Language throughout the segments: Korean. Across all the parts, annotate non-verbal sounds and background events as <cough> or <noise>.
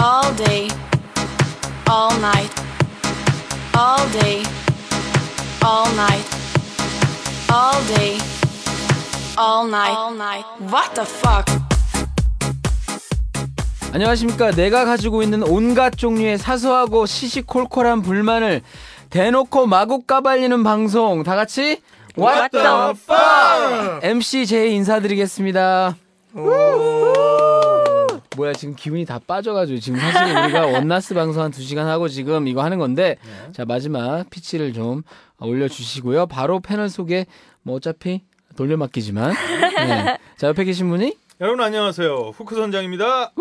all day, all night, all day, all night, all day, all night, all night. What the fuck? 안녕하십니까. 내가 가지고 있는 온갖 종류의 사소하고 시시콜콜한 불만을 대놓고 마구 까발리는 방송. 다 같이 What, the fuck? MC 제이 인사드리겠습니다. 뭐야 지금 기운이 다 빠져가지고 지금 사실 우리가 <laughs> 원나스 방송 한 2시간 하고 지금 이거 하는 건데 자 마지막 피치를 좀 올려주시고요 바로 패널 소개 뭐 어차피 <laughs> 돌려막기지만 네. 자 옆에 계신 분이 여러분 안녕하세요. 후크 선장입니다.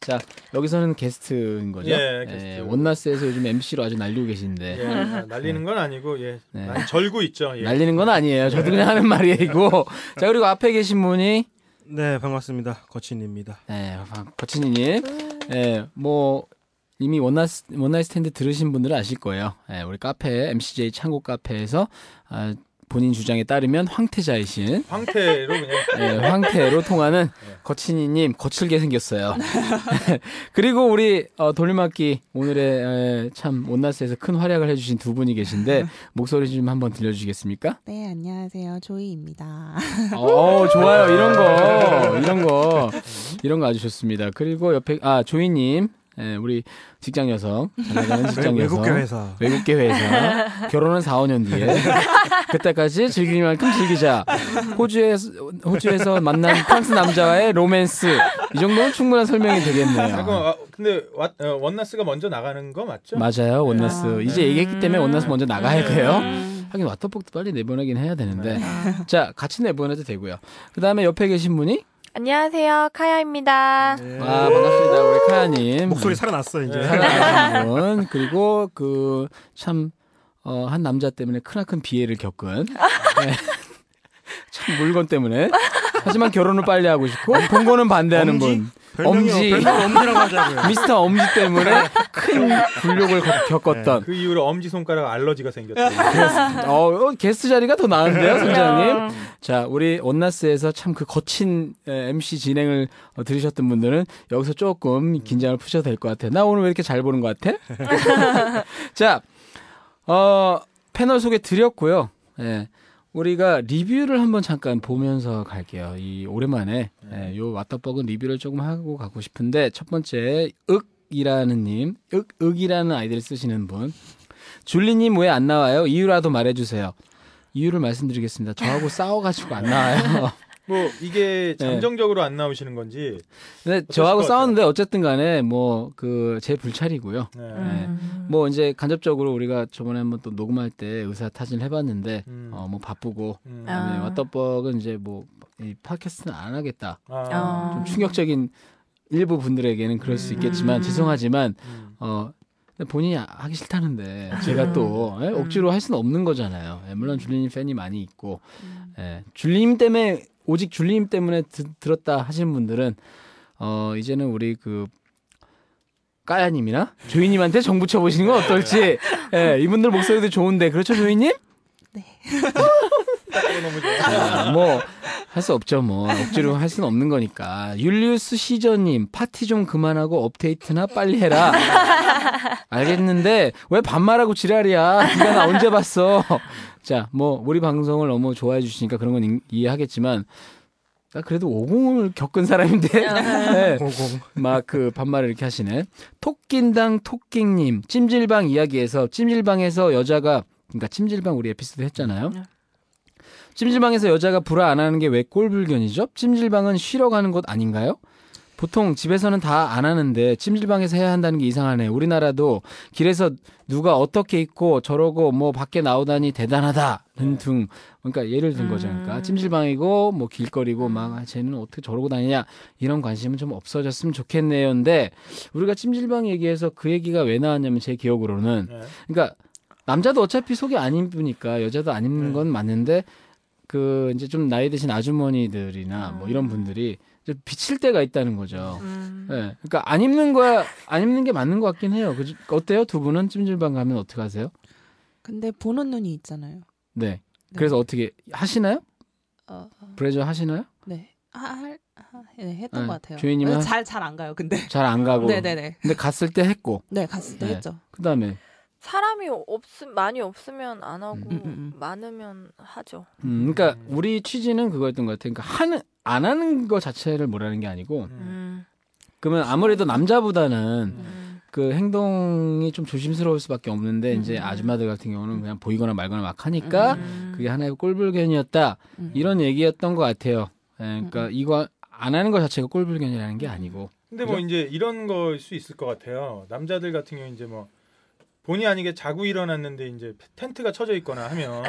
자 여기서는 게스트인 거죠. 예, 게스트. 예, 원나스에서 요즘 MC로 아주 날리고 계신데 예, 날리는 건 아니고 예, 네. 많이 절고 있죠. 예. 날리는 건 아니에요. 저도 그냥 하는 말이고 자 그리고 앞에 계신 분이 네 반갑습니다 거친입니다 예, 거친이님 예, 뭐 이미 원나스 원나스 텐데 들으신 분들은 아실 거예요. 예, 우리 카페 MCJ 창고 카페에서 아, 본인 주장에 따르면 황태자이신 황태로 <laughs> 그냥 네, 예, 황태로 통하는 거친이님 거칠게 생겼어요. <laughs> 그리고 우리 어, 돌림악기 오늘의 에, 참 온나스에서 큰 활약을 해주신 두 분이 계신데 목소리 좀 한번 <laughs> 들려주시겠습니까? 네, 안녕하세요. 조이입니다. <laughs> 어 좋아요 이런 거 이런 거 이런 거 아주 좋습니다. 그리고 옆에 아 조이님 예, 우리 직장 여성 잘 <laughs> 나가는 직장 여성 외국계 회사 외국계 회사 결혼은 4, 5년 뒤에 그때까지 즐길 만큼 즐기자 호주에서, 호주에서 만난 프랑스 남자와의 로맨스 이 정도면 충분한 설명이 되겠네요 잠깐 아, 근데 와- 어, 원나스가 먼저 나가는 거 맞죠? 맞아요 원나스 아, 이제 얘기했기 때문에 원나스 먼저 나가야 돼요 음. 하긴 왓더폭도 빨리 내보내긴 해야 되는데 네. 자 같이 내보내도 되고요 그 다음에 옆에 계신 분이 안녕하세요, 카야입니다. 아 반갑습니다 우리 카야님 목소리 살아났어 이제 네. 사랑하는 분 그리고 그 참 어, 한 남자 때문에 크나큰 비애를 겪은 네. 참 물건 때문에 하지만 결혼을 빨리 하고 싶고 동거는 반대하는 엄지? 분 별명이 엄지. 별명 엄지라고 <laughs> 하자고요 미스터 엄지 때문에 큰 굴욕을 네. 겪- 겪었던 그 이후로 엄지 손가락 알러지가 생겼어요. <laughs> 어, 어, 게스트 자리가 더 나은데요 선장님 자 우리 온나스에서 참 그 거친 에, MC 진행을 어, 들으셨던 분들은 여기서 조금 긴장을 푸셔도 될 것 같아. 요나 오늘 왜 이렇게 잘 보는 것 같아? 자, 어, 패널 소개 드렸고요. 예. 우리가 리뷰를 한번 잠깐 보면서 갈게요. 이 오랜만에 예, 요 왓더벅은 리뷰를 조금 하고 가고 싶은데 첫 번째 윽이라는 님, 윽 윽이라는 아이디를 쓰시는 분. 줄리 님 왜 안 나와요? 이유라도 말해 주세요. 이유를 말씀드리겠습니다. 저하고 <laughs> 싸워가지고 안 <laughs> 나와요. 뭐 이게 잠정적으로 안 나오시는 건지 근데 것 저하고 같아요? 싸웠는데 어쨌든 간에 뭐 그 제 불찰이고요. 네. 네. 뭐 이제 간접적으로 우리가 저번에 한번 또 녹음할 때 의사 타진을 해봤는데 음. 어 뭐 바쁘고 음. 아. 그다음에 왓더벅은 이제 뭐 이 팟캐스트는 안 하겠다. 아, 좀 충격적인 일부 분들에게는 그럴 수 있겠지만 음. 죄송하지만 음. 어 근데 본인이 아- 하기 싫다는데 제가 또 음. 예? 억지로 할 수는 없는 거잖아요. 예, 물론 줄리님 팬이 많이 있고 음. 예, 줄리님 때문에 오직 줄리님 때문에 드- 들었다 하시는 분들은 어 이제는 우리 그 까야님이나 조이님한테 정 붙여보시는 건 어떨지 예, 이분들 목소리도 좋은데 그렇죠 조이님? 또 너무 좋아. 뭐 할 수 없죠 뭐 억지로 할 수는 없는 거니까 율리우스 시저님 파티 좀 그만하고 업데이트나 빨리 해라 알겠는데 왜 반말하고 지랄이야 네가 나 언제 봤어 자 뭐 우리 방송을 너무 좋아해 주시니까 그런 건 인- 이해하겠지만 나 그래도 오공을 겪은 사람인데 네. 공공 막 그 반말을 이렇게 하시네. 토낀당 토끼님 찜질방 이야기에서 찜질방에서 여자가 그러니까 찜질방 우리 에피소드 했잖아요. 찜질방에서 여자가 불화 안 하는 게 왜 꼴불견이죠? 찜질방은 쉬러 가는 곳 아닌가요? 보통 집에서는 다 안 하는데 찜질방에서 해야 한다는 게 이상하네. 우리나라도 길에서 누가 어떻게 입고 저러고 뭐 밖에 나오다니 대단하다는 등 그러니까 예를 든 거죠. 그러니까 찜질방이고 뭐 길거리고 막 아, 쟤는 어떻게 저러고 다니냐 이런 관심은 좀 없어졌으면 좋겠네요. 근데 우리가 찜질방 얘기해서 그 얘기가 왜 나왔냐면 제 기억으로는 네. 그러니까 남자도 어차피 속이 안 입으니까 여자도 안 입는 네. 건 맞는데 그 이제 좀 나이 드신 아주머니들이나 음. 뭐 이런 분들이 이제 비칠 때가 있다는 거죠. 음. 예. 그러니까 안 입는 거야 안 입는 게 맞는 것 같긴 해요. 그죠? 어때요? 두 분은 찜질방 가면 어떻게 하세요? 근데 보는 눈이 있잖아요. 네. 그래서 어떻게 하시나요? 어, 브레저 하시나요? 네. 할 하- 네, 했던 네, 것 같아요. 조이님은 잘 잘 안 가요. 근데 잘 안 가고. 네네네. 근데 갔을 때 했고. 네 갔을 때 네. 했죠. 그다음에 사람이 없음 많이 없으면 안 하고 음, 음, 음. 많으면 하죠. 음, 그러니까 우리 취지는 그거였던 것 같아요. 그러니까 하는 안 하는 거 자체를 뭐라는 게 아니고 음. 그러면 아무래도 남자보다는 음. 그 행동이 좀 조심스러울 수밖에 없는데 이제 음. 아줌마들 같은 경우는 그냥 보이거나 말거나 막 하니까 음. 그게 하나의 꼴불견이었다 음. 이런 얘기였던 것 같아요. 예, 그러니까 음. 이거 안 하는 것 자체가 꼴불견이라는 게 아니고 근데 뭐 이제 이런 걸 수 있을 것 같아요. 남자들 같은 경우 이제 뭐 본의 아니게 자고 일어났는데 이제 텐트가 쳐져 있거나 <laughs> 하면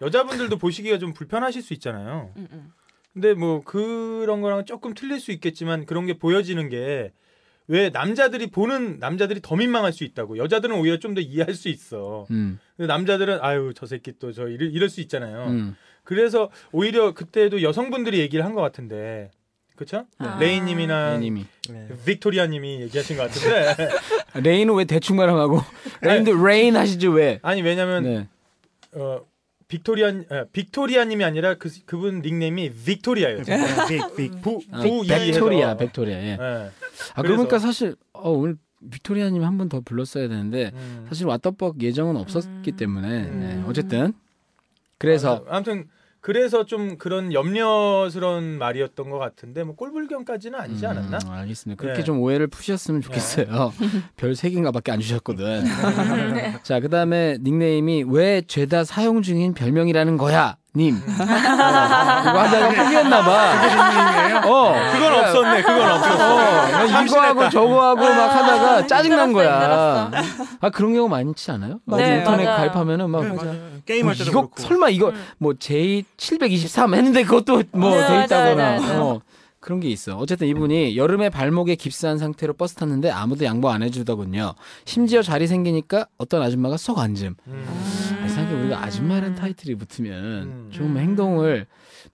여자분들도 보시기가 좀 불편하실 수 있잖아요. 음, 음. 근데 뭐 그런 거랑 조금 틀릴 수 있겠지만 그런 게 보여지는 게 왜 남자들이 보는 남자들이 더 민망할 수 있다고 여자들은 오히려 좀 더 이해할 수 있어. 음, 근데 남자들은 아유 저 새끼 또 저 이럴, 이럴 수 있잖아요. 음. 그래서 오히려 그때도 여성분들이 얘기를 한 것 같은데 그렇죠? 네. 레이님이나 레인님이 네. 빅토리아님이 얘기하신 것 같은데 <laughs> 아, 레인은 왜 대충 말하고 <laughs> 레인도 레인 하시지 왜? 아니 왜냐면 네. 어 빅토리아 아, 빅토리아님이 아니라 그 그분 닉네임이 음. 빅토리아예요. 빅, 빅. 부 아, 부 벡토리아, 벡토리아. 예. 예. 아 그래서- 그러니까 사실 어, 오늘 빅토리아님 한 번 더 불렀어야 되는데 음. 사실 왓더벅 예정은 없었기 음. 때문에 네, 음. 어쨌든 그래서 아, 아무튼 그래서 좀 그런 염려스러운 말이었던 것 같은데 뭐 꼴불견까지는 아니지 음, 않았나? 알겠습니다. 그렇게 네. 좀 오해를 푸셨으면 좋겠어요. <laughs> 별 세 개인가밖에 안 주셨거든. 네. 네. 자 그다음에 닉네임이 왜 죄다 사용 중인 별명이라는 거야 음. 님. 어, 그거 하다가 포기했나봐. 어 그건 없었네. 그건 어, 그렇죠. 없었어. 이거하고 저거하고 막 하다가 짜증난 아, 힘들었어, 거야. 아 그런 경우 많지 않아요? 막 네, 인터넷 맞아요. 가입하면은 막뭐 네, 맞아요. 게임할 때도 이거 그렇고. 설마 이거 음. 뭐 J 723 했는데 그것도 뭐 네, 돼 맞아요, 있다거나 맞아요. 어, 그런 게 있어. 어쨌든 이분이 여름에 발목에 깁스한 상태로 버스 탔는데 아무도 양보 안 해주더군요. 심지어 자리 생기니까 어떤 아줌마가 쏙 앉음. 음. 아, 이상하게 우리가 아줌마라는 타이틀이 붙으면 음. 좀 행동을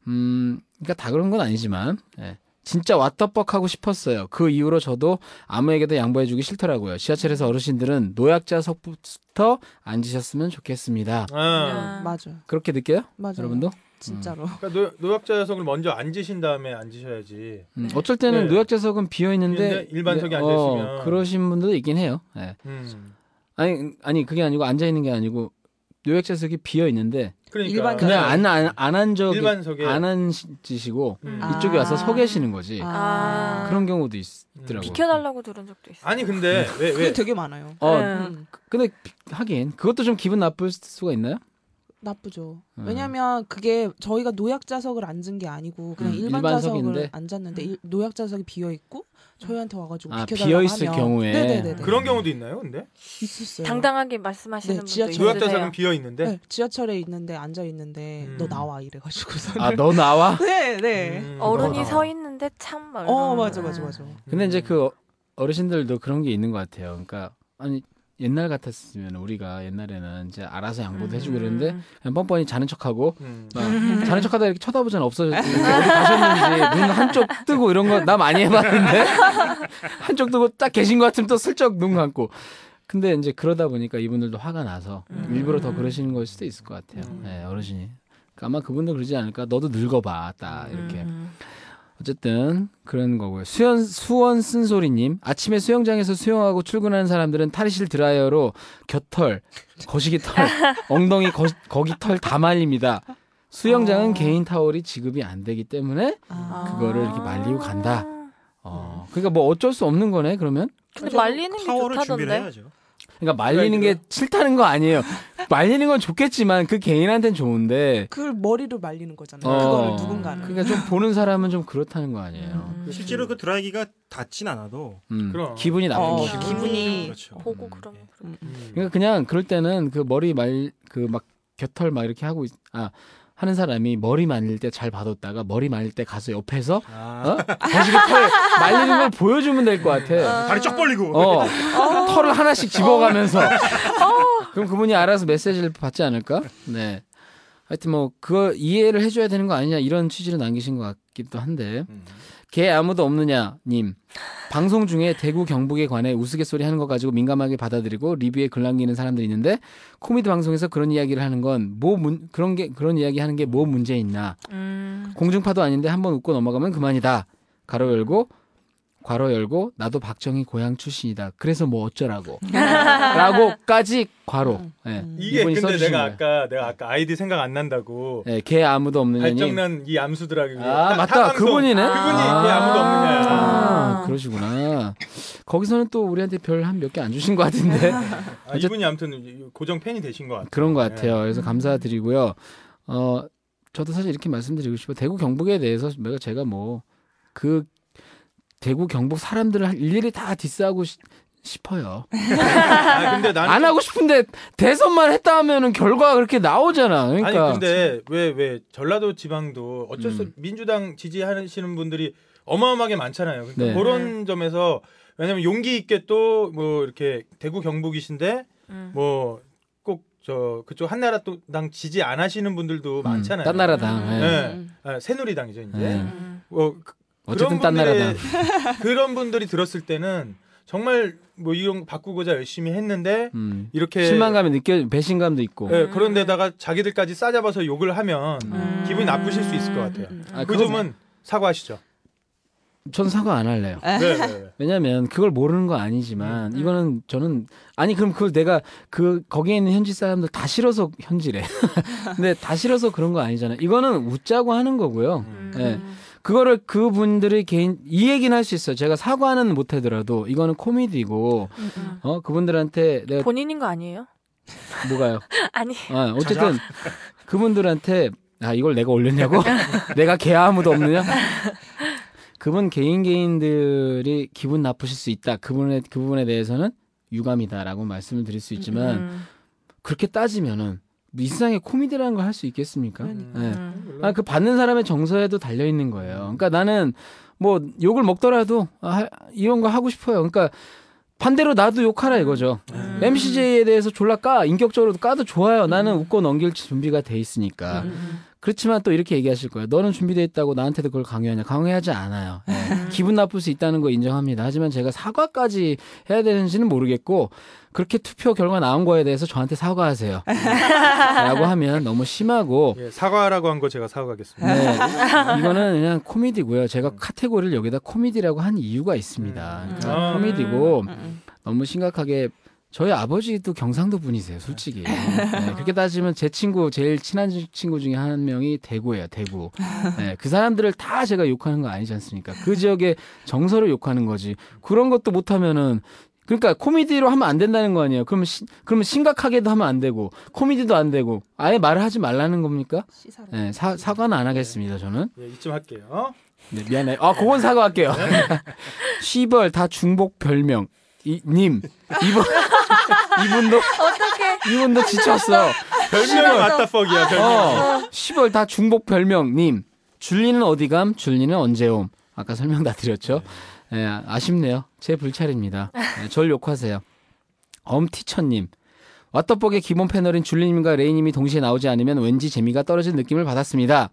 음 그러니까 다 그런 건 아니지만 예. 진짜 왓더벅 하고 싶었어요. 그 이후로 저도 아무에게도 양보해주기 싫더라고요. 지하철에서 어르신들은 노약자석부터 앉으셨으면 좋겠습니다. 아, 네, 맞아 그렇게 느껴요? 맞아 여러분도? 음, 진짜로 그러니까 노, 노약자 녀석을 먼저 앉으신 다음에 앉으셔야지. 음, 어쩔 때는 네. 노약자석은 비어 있는데 예, 비어있는데 일반석이 앉아 있으면. 그러신 분들도 있긴 해요. 예. 음. 아니 아니 그게 아니고 앉아 있는 게 아니고 노약자석이 비어 있는데 그러니까 일반 그냥 아, 안안안한 적이 일반석에 안 앉으시고 음. 아. 이쪽에 와서 서 계시는 거지. 아. 그런 경우도 있더라고. 비켜달라고 들은 적도 있어요. 아니 근데 음. 왜 왜? 그게 되게 많아요. 어 네. 음, 근데 하긴 그것도 좀 기분 나쁠 수가 있나요? 나쁘죠. 음. 왜냐면 그게 저희가 노약자석을 앉은 게 아니고 그냥 음, 일반 일반석인데? 자석을 앉았는데 일- 노약자석이 비어 있고 저희한테 와가지고 아, 비켜달라고 비어있을 하면- 경우에. 네네네네 그런 경우도 있나요? 근데 있었어요. 당당하게 말씀하시는 네, 분도 지하철- 있으세요. 노약자석은 비어 있는데. 네, 지하철에 있는데 앉아 있는데 음. 너 나와 이래가지고서 아 너 나와? <laughs> 네 네. 어른이 음. 어. 서 있는데 참 멀어. 어 맞아 맞아 맞아. 근데 음. 이제 그 어- 어르신들도 그런 게 있는 것 같아요. 그러니까 아니 옛날 같았으면 우리가 옛날에는 이제 알아서 양보도 음. 해주고 그랬는데 음, 그냥 뻔뻔히 자는 척하고 음. 막 네. 자는 척하다 이렇게 쳐다보잖아 없어졌지 어디 가셨는지 눈 한쪽 뜨고 이런 거 나 많이 해봤는데 <laughs> 한쪽 뜨고 딱 계신 것 같으면 또 슬쩍 눈 감고 근데 이제 그러다 보니까 이분들도 화가 나서 일부러 더 그러시는 걸 수도 있을 것 같아요. 네, 어르신이 그러니까 아마 그분도 그러지 않을까. 너도 늙어봐, 딱 음, 이렇게. 어쨌든 그런 거고요. 수연 수원 쓴소리님 아침에 수영장에서 수영하고 출근하는 사람들은 탈의실 드라이어로 겨털, 거시기 <laughs> 털, 엉덩이 거, 거기 털 다 말립니다. 수영장은 어. 개인 타월이 지급이 안 되기 때문에 아, 그거를 이렇게 말리고 간다. 어 그러니까 뭐 어쩔 수 없는 거네 그러면. 근데 말리는 게 타월을 준비를 좋다던데. 해야죠. 그러니까 말리는 게 싫다는 거 아니에요. 말리는 건 좋겠지만 그 개인한테는 좋은데. 그걸 머리로 말리는 거잖아요. 어, 그거를 누군가는. 그러니까 <laughs> 좀 보는 사람은 좀 그렇다는 거 아니에요. 음. 실제로 그 드라이기가 닿진 않아도 음, 그럼. 아, 기분이 나쁜 어, 거죠. 기분이 그렇죠. 음. 보고 그럼. 음. 그러니까 그냥 그럴 때는 그 머리 말 그 막 겨털 막 이렇게 하고 있, 아 하는 사람이 머리 말릴 때 잘 받았다가 머리 말릴 때 가서 옆에서 아, 어? 거시기 털 말리는 걸 보여주면 될 것 같아. 다리 쫙 벌리고. 어 털을 하나씩 집어가면서 그럼 그분이 알아서 메시지를 받지 않을까? 네. 하여튼 뭐 그걸 이해를 해줘야 되는 거 아니냐 이런 취지를 남기신 것 같기도 한데 걔 아무도 없느냐 님 방송 중에 대구 경북에 관해 우스갯소리 하는 거 가지고 민감하게 받아들이고 리뷰에 글 남기는 사람들이 있는데 코미디 방송에서 그런 이야기를 하는 건 뭐 그런 게 그런 이야기 하는 게 뭐 문제 있나 음. 공중파도 아닌데 한번 웃고 넘어가면 그만이다 가로 열고 괄호 열고 나도 박정희 고향 출신이다 그래서 뭐 어쩌라고 라고까지 괄호 예 이게 이분이 근데 써주신 내가 거예요. 아까 내가 아까 아이디 생각 안 난다고 예, 걔 아무도 없느냐님 발정난 이 암수들하기 위해 아 타- 맞다 타방송. 그분이네 그분이 왜 아무도 없느냐 아, 아. 그러시구나 거기서는 또 우리한테 별 한 몇 개 안 주신 것 같은데 아, 이분이 아무튼 고정 팬이 되신 것 같아요 그런 것 같아요 그래서 음. 감사드리고요 어 저도 사실 이렇게 말씀드리고 싶어요 대구 경북에 대해서 내가 제가 뭐 그 대구 경북 사람들을 일일이 다 디스하고 시- 싶어요 아 근데 나는 안 하고 싶은데 대선만 했다 하면은 결과가 그렇게 나오잖아 그러니까 아니 근데 왜 왜 전라도 지방도 어쩔 수 음. 민주당 지지하시는 분들이 어마어마하게 많잖아요. 그러니까 네. 그런 점에서 왜냐면 용기 있게 또 뭐 이렇게 대구 경북이신데 음. 뭐 꼭 저 그쪽 한나라당 지지 안 하시는 분들도 음, 뭐 많잖아요. 딴 나라당 예. 네. 아, 새누리당이죠 이제. 네. 음. 뭐 그- 어쨌든 그런 딴 나라당 분들의- 그런 분들이 들었을 때는 정말 뭐 이런 거 바꾸고자 열심히 했는데 음. 이렇게 실망감이 느껴 배신감도 있고 예, 그런 데다가 자기들까지 싸잡아서 욕을 하면 음. 기분이 나쁘실 수 있을 것 같아요. 아, 그 그거- 점은 사과하시죠. 전 사과 안 할래요 네, 네, 네. 왜냐면 그걸 모르는 거 아니지만 이거는 저는 아니 그럼 그걸 내가 그 거기에 있는 현지 사람들 다 싫어서 현지래. <laughs> 근데 다 싫어서 그런 거 아니잖아요. 이거는 웃자고 하는 거고요. 음. 예. 그거를 그분들의 개인 이 얘기는 할 수 있어요. 제가 사과는 못 하더라도 이거는 코미디고 음. 어 그분들한테 내가 본인인 거 아니에요? 뭐가요? 아니. <laughs> 아, 어쨌든 그분들한테 아 이걸 내가 올렸냐고? <laughs> 내가 개 아무도 없느냐? 그분 개인 개인들이 기분 나쁘실 수 있다. 그분의 그 부분에 대해서는 유감이다라고 말씀을 드릴 수 있지만 음. 그렇게 따지면은 이 세상에 코미디라는 걸 할 수 있겠습니까? 그러니까. 예. 음. 아, 그 받는 사람의 정서에도 달려 있는 거예요. 그러니까 나는 뭐 욕을 먹더라도 아, 하- 이런 거 하고 싶어요. 그러니까 반대로 나도 욕하라 이거죠. 음. MCJ에 대해서 졸라 까 인격적으로도 까도 좋아요. 나는 웃고 넘길 준비가 돼 있으니까. 음. 그렇지만 또 이렇게 얘기하실 거예요. 너는 준비돼 있다고 나한테도 그걸 강요하냐? 강요하지 않아요. 예. 음. <laughs> 기분 나쁠 수 있다는 거 인정합니다. 하지만 제가 사과까지 해야 되는지는 모르겠고 그렇게 투표 결과 나온 거에 대해서 저한테 사과하세요. <laughs> 라고 하면 너무 심하고 예, 사과라고 한 거 제가 사과하겠습니다. 네, 이거는 그냥 코미디고요. 제가 카테고리를 여기다 코미디라고 한 이유가 있습니다. 음. 그러니까 음. 코미디고 음. 너무 심각하게 저희 아버지도 경상도 분이세요, 솔직히. 네, 그렇게 따지면 제 친구 제일 친한 친구 중에 한 명이 대구예요, 대구. 네, 그 사람들을 다 제가 욕하는 거 아니지 않습니까? 그 지역의 정서를 욕하는 거지. 그런 것도 못하면은. 그러니까 코미디로 하면 안 된다는 거 아니에요? 그러면 시- 그러면 심각하게도 하면 안 되고 코미디도 안 되고 아예 말을 하지 말라는 겁니까? 시사로. 네, 사, 사과는 안 네. 하겠습니다. 저는. 예, 이쯤 할게요. 네, 미안해. 아, 그건 사과할게요. 네. <laughs> 시벌 다 중복 별명. 이, 님. 이분, 이분도, 이분도 지쳤어. 별명 왔다 퍽이야. 별명. 어. 시벌 다 중복 별명. 님. 줄리는 어디 감? 줄리는 언제 옴? 아까 설명 다 드렸죠? 예, 아쉽네요. 제 불찰입니다. 예, 절 욕하세요. 엄티처님. 왓더벅의 기본 패널인 줄리님과 레이님이 동시에 나오지 않으면 왠지 재미가 떨어진 느낌을 받았습니다.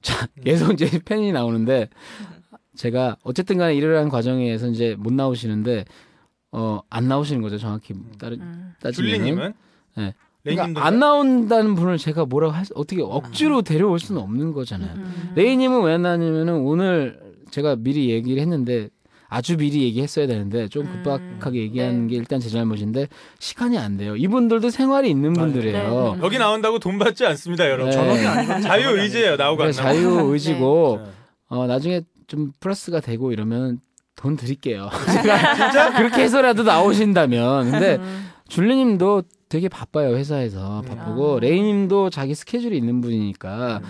자, 음. 계속 이제 팬이 나오는데, 제가 어쨌든 간에 이러한 과정에서 이제 못 나오시는데, 어, 안 나오시는 거죠, 정확히 따, 음. 따지면. 줄리님은 예. 레이님도 그러니까 안 나온다는 분을 제가 뭐라고 할 수- 어떻게 아. 억지로 데려올 수는 없는 거잖아요. 음, 레이님은 왜 나냐면은 오늘 제가 미리 얘기를 했는데 아주 미리 얘기했어야 되는데 좀 음, 급박하게 얘기한 네. 게 일단 제 잘못인데 시간이 안 돼요. 이분들도 생활이 있는 맞아요. 분들이에요. 네. 여기 나온다고 돈 받지 않습니다, 네. 여러분. <laughs> 전업이 아니고 자유 의지예요. 나오고 안 그래서 나오고. <laughs> 자유 의지고 네. 어, 나중에 좀 플러스가 되고 이러면 돈 <laughs> 드릴게요. 제가 진짜 그렇게 해서라도 나오신다면 근데 음. 줄리님도 되게 바빠요 회사에서 바쁘고 아. 레이님도 자기 스케줄이 있는 분이니까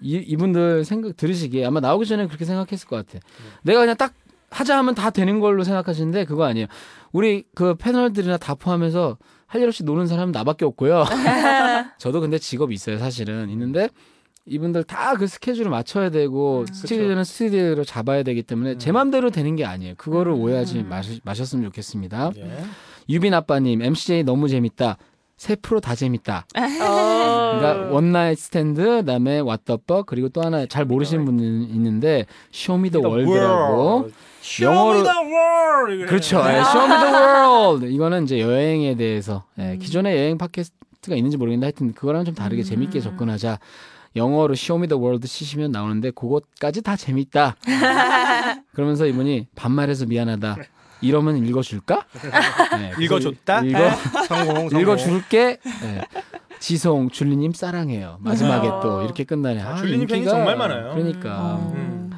이, 이분들 생각 들으시기에 아마 나오기 전에 그렇게 생각했을 것 같아. 내가 그냥 딱 하자 하면 다 되는 걸로 생각하시는데 그거 아니에요. 우리 그 패널들이나 다 포함해서 할 일 없이 노는 사람은 나밖에 없고요. 저도 근데 직업이 있어요 사실은 있는데 이분들 다 그 스케줄을 맞춰야 되고 스튜디오는 스튜디오로 잡아야 되기 때문에 제 맘대로 되는 게 아니에요. 그거를 오해하지 마셨으면 좋겠습니다. 예. 유빈 아빠님 MCJ 너무 재밌다. 세프로 다 재밌다. 그러니까 음. 그러니까 원나잇 스탠드, 그다음에 왓더벅 그리고 또 하나 잘 모르시는 분이 있는데 쇼미더 월드라고. 영어로- Show me the world. 이거예요. 그렇죠. 예, 아. Show me the world. 이거는 이제 여행에 대해서 음. 예, 기존의 여행 팟캐스트가 있는지 모르겠는데 하여튼 그거랑 좀 다르게 재밌게 접근하자. 영어로 Show me the world 치시면 나오는데 그것까지 다 <laughs> 재밌다. 그러면서 이분이 반말해서 미안하다. 이러면 <laughs> 읽어줄까? 예, 그래서 읽어줬다? 읽어, 성공. 성공. 읽어줄게. 예. 지송 줄리님 사랑해요. 마지막에 음. 또 이렇게 끝나네. 아, 줄리님 팬이 정말 많아요. 그러니까. 어. 음.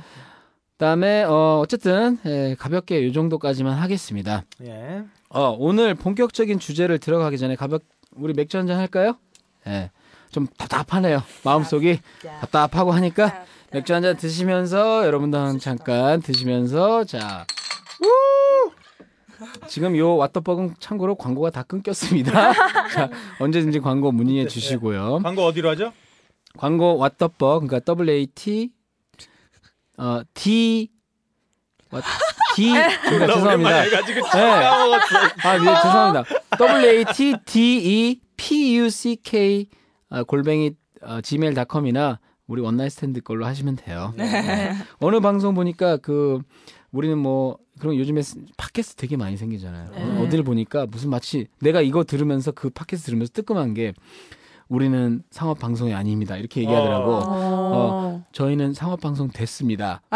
그다음에 어, 어쨌든 예, 가볍게 요 정도까지만 하겠습니다. 예. 어, 오늘 본격적인 주제를 들어가기 전에 가볍 우리 맥주 한잔 할까요? 예. 좀 답답하네요. 마음속이 답답하고 하니까 맥주 한잔 드시면서 여러분도 한 잠깐 드시면서 자. 우! 지금 요 왓더벅은 참고로 광고가 다 끊겼습니다. <laughs> 자, 언제든지 광고 문의해 주시고요. 광고 어디로 하죠? 광고 왓더벅 그러니까 WAT 어 D 왓- D 그러니까 나 죄송합니다. 오랜만에 해가지고 네. 까먹었어. 아, 네, 죄송합니다. WAT DE PUCK 아, 골뱅이 어, gmail.com이나 우리 원나잇 스탠드 걸로 하시면 돼요. 네. 어느 방송 보니까 그 우리는 뭐 그런 요즘에 스- 팟캐스트 되게 많이 생기잖아요. 네. 어딜 보니까 무슨 마치 내가 이거 들으면서 그 팟캐스트 들으면서 뜨끔한 게 우리는 상업 방송이 아닙니다. 이렇게 얘기하더라고. 어. 어. 저희는 상업 방송 됐습니다. <laughs>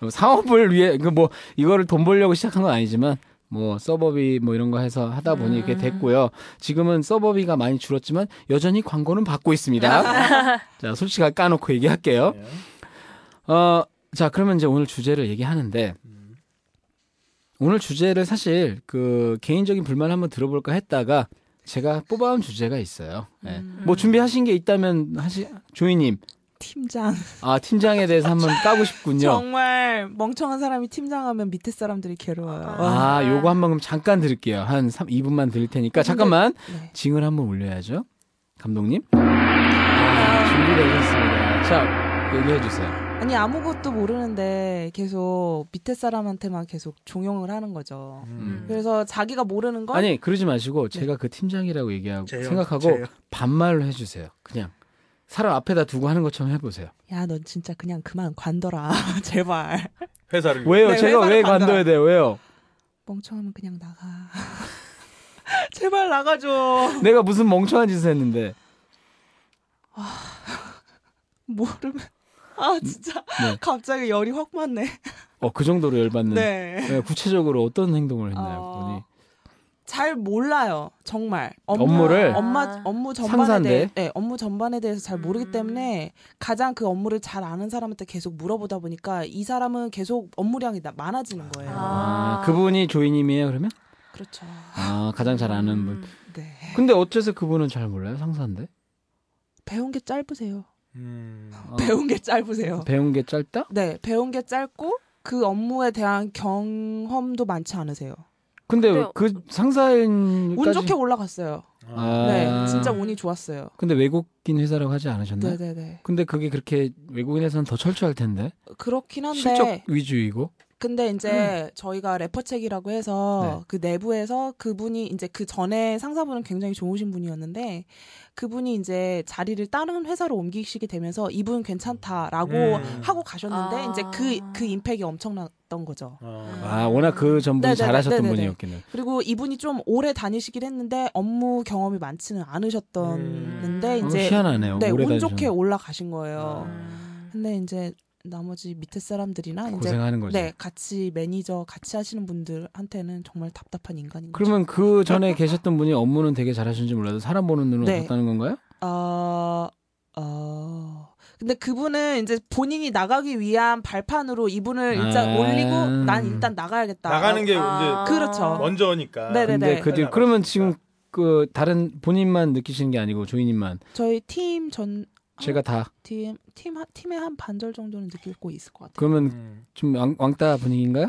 어, 사업을 위해 그 뭐 이거를 돈 벌려고 시작한 건 아니지만 뭐 서버비 뭐 이런 거 해서 하다 보니 이렇게 됐고요. 지금은 서버비가 많이 줄었지만 여전히 광고는 받고 있습니다. 자, 솔직하게 까놓고 얘기할게요. 예. 어, 자, 그러면 이제 오늘 주제를 얘기하는데 음. 오늘 주제를 사실 그 개인적인 불만 한번 들어볼까 했다가 제가 뽑아온 주제가 있어요. 예. 뭐 준비하신 게 있다면 하시 조이님 팀장. 아 팀장에 대해서 한번 까고 싶군요. 정말 멍청한 사람이 팀장하면 밑에 사람들이 괴로워요. 어. 와. 아, 요거 한번 그럼 잠깐 드릴게요. 한 3, 2분만 드릴 테니까 잠깐만 네. 징을 한번 올려야죠. 감독님. 아, 준비되셨습니다. 자, 얘기해 주세요. 아니 아무것도 모르는데 계속 밑에 사람한테만 계속 종용을 하는 거죠. 음. 그래서 자기가 모르는 걸 아니, 그러지 마시고 제가 그 팀장이라고 얘기하고 제요, 생각하고 제요. 반말로 해 주세요. 그냥 사람 앞에다 두고 하는 것처럼 해 보세요. 야, 넌 진짜 그냥 그만 관둬라. <laughs> 제발. 회사를 왜요? 네, 제가 왜 회사를 간다. 관둬야 돼요? 왜요? 멍청하면 그냥 나가. <laughs> 제발 나가줘. 내가 무슨 멍청한 짓을 했는데. 모르면 아 진짜 네. <laughs> 갑자기 열이 확 맞네. 어, 그 정도로 열받는. 네. 네, 구체적으로 어떤 행동을 했나요, 어, 그분이? 잘 몰라요. 정말 업무를? 엄마 업무 전반에 상사인데? 대해 네, 업무 전반에 대해서 잘 모르기 아. 음. 때문에 가장 그 업무를 잘 아는 사람한테 계속 물어보다 보니까 이 사람은 계속 업무량이 나- 많아지는 거예요. 아, 그분이 조이님이에요, 그러면? 그렇죠. 아, 가장 잘 아는 분. 네. 근데 어째서 그분은 잘 몰라요 상사인데 배운 게 짧으세요. 어. 음. 어, <laughs> 배운 게 짧으세요. 배운 게 짧다? 네, 배운 게 짧고 그 업무에 대한 경험도 많지 않으세요. 근데 근데 그 상사인까지 운 좋게 올라갔어요. 아. 네, 진짜 운이 좋았어요. 근데 외국인 회사라고 하지 않으셨나요? 네네네. 근데 그게 그렇게 외국인 회사는 더 철저할 텐데 그렇긴 한데 실적 음. 위주이고 근데 이제 저희가 레퍼책이라고 해서 네. 그 내부에서 그분이 이제 그 전에 상사분은 굉장히 좋으신 분이었는데 그분이 이제 자리를 다른 회사로 옮기시게 되면서 이분 괜찮다라고 음. 하고 가셨는데 아. 이제 그 그 임팩이 엄청났던 거죠. 어. 아 워낙 그 전분이 네네네, 잘하셨던 네네네. 분이었기는 그리고 이분이 좀 오래 다니시긴 했는데 업무 경험이 많지는 않으셨던데 어, 이제 희한하네요. 아. 네, 오래 운 다니셨 좋게 올라가신 거예요. 음. 근데 이제 나머지 밑에 사람들이나 이제 고생하는 거죠. 네, 같이 매니저 같이 하시는 분들한테는 정말 답답한 인간인 거죠. 그러면 그 전에 계셨던 분이 업무는 되게 잘하셨는지 몰라도 사람 보는 눈은 네. 없었다는 건가요? 어, 어. 근데 그분은 이제 본인이 나가기 위한 발판으로 이분을 일단 아. 올리고 난 일단 나가야겠다. 나가는 게 아. 이제 그렇죠. 먼저니까. 네네. 근데 네네네. 그 뒤, 그러면 지금 그 다른 본인만 느끼시는 게 아니고 조이님만 저희 팀 전 제가 다 팀, 팀 하- 팀의 한 반절 정도는 느끼고 있을 것 같아요. 그러면 음. 좀 왕, 왕따 분위기인가요?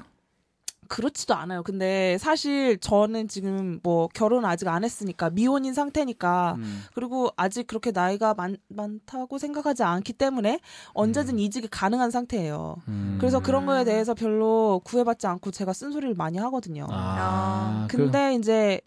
그렇지도 않아요. 근데 사실 저는 지금 뭐 결혼 아직 안 했으니까 미혼인 상태니까 그리고 아직 그렇게 나이가 많, 많다고 생각하지 않기 때문에 언제든 이직이 가능한 상태예요. 음. 그래서 그런 거에 음. 대해서 별로 구애받지 않고 제가 쓴소리를 많이 하거든요. 아, 그- 근데 이제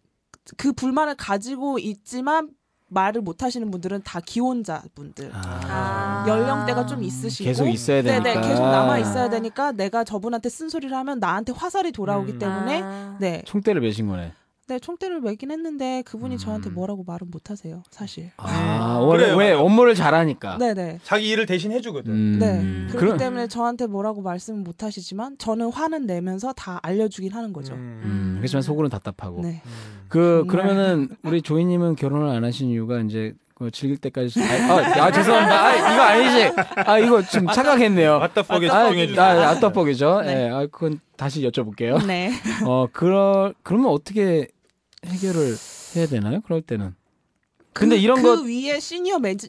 그 불만을 가지고 있지만 말을 못 하시는 분들은 다 기혼자 분들. 아. 연령대가 좀 있으시고 계속 있어야 네네, 되니까. 계속 남아 있어야 되니까 내가 저분한테 쓴소리를 하면 나한테 화살이 돌아오기 음. 때문에 아. 네. 총대를 매신 거네. 네, 총대를 매긴 했는데 그분이 음. 저한테 뭐라고 말은 못 하세요, 사실. 아, 네. 원래 그래요. 왜 업무를 잘하니까. 네, 네. 자기 일을 대신 해주거든. 음. 네. 그렇기 그렇기 그런- 때문에 저한테 뭐라고 말씀은 못 하시지만 저는 화는 내면서 다 알려주긴 하는 거죠. 음. 음, 그렇지만 속으로는 답답하고. 네. 음. 그 정말. 그러면은 우리 조이님은 결혼을 안 하신 이유가 이제 그 즐길 때까지. 아, 아, 아, 죄송합니다. 아, 이거 아니지. 아 이거 지금 착각했네요. 왔다 뻑에 아, 적용해 주세요. 아, 아따뻑이죠. 예, 네. 아, 그건 다시 여쭤볼게요. 네. 어, 그러 그러면 어떻게 해결을 해야 되나요? 그럴 때는. <laughs> 근데 그- 이런 그 것 위에 시니어 매지,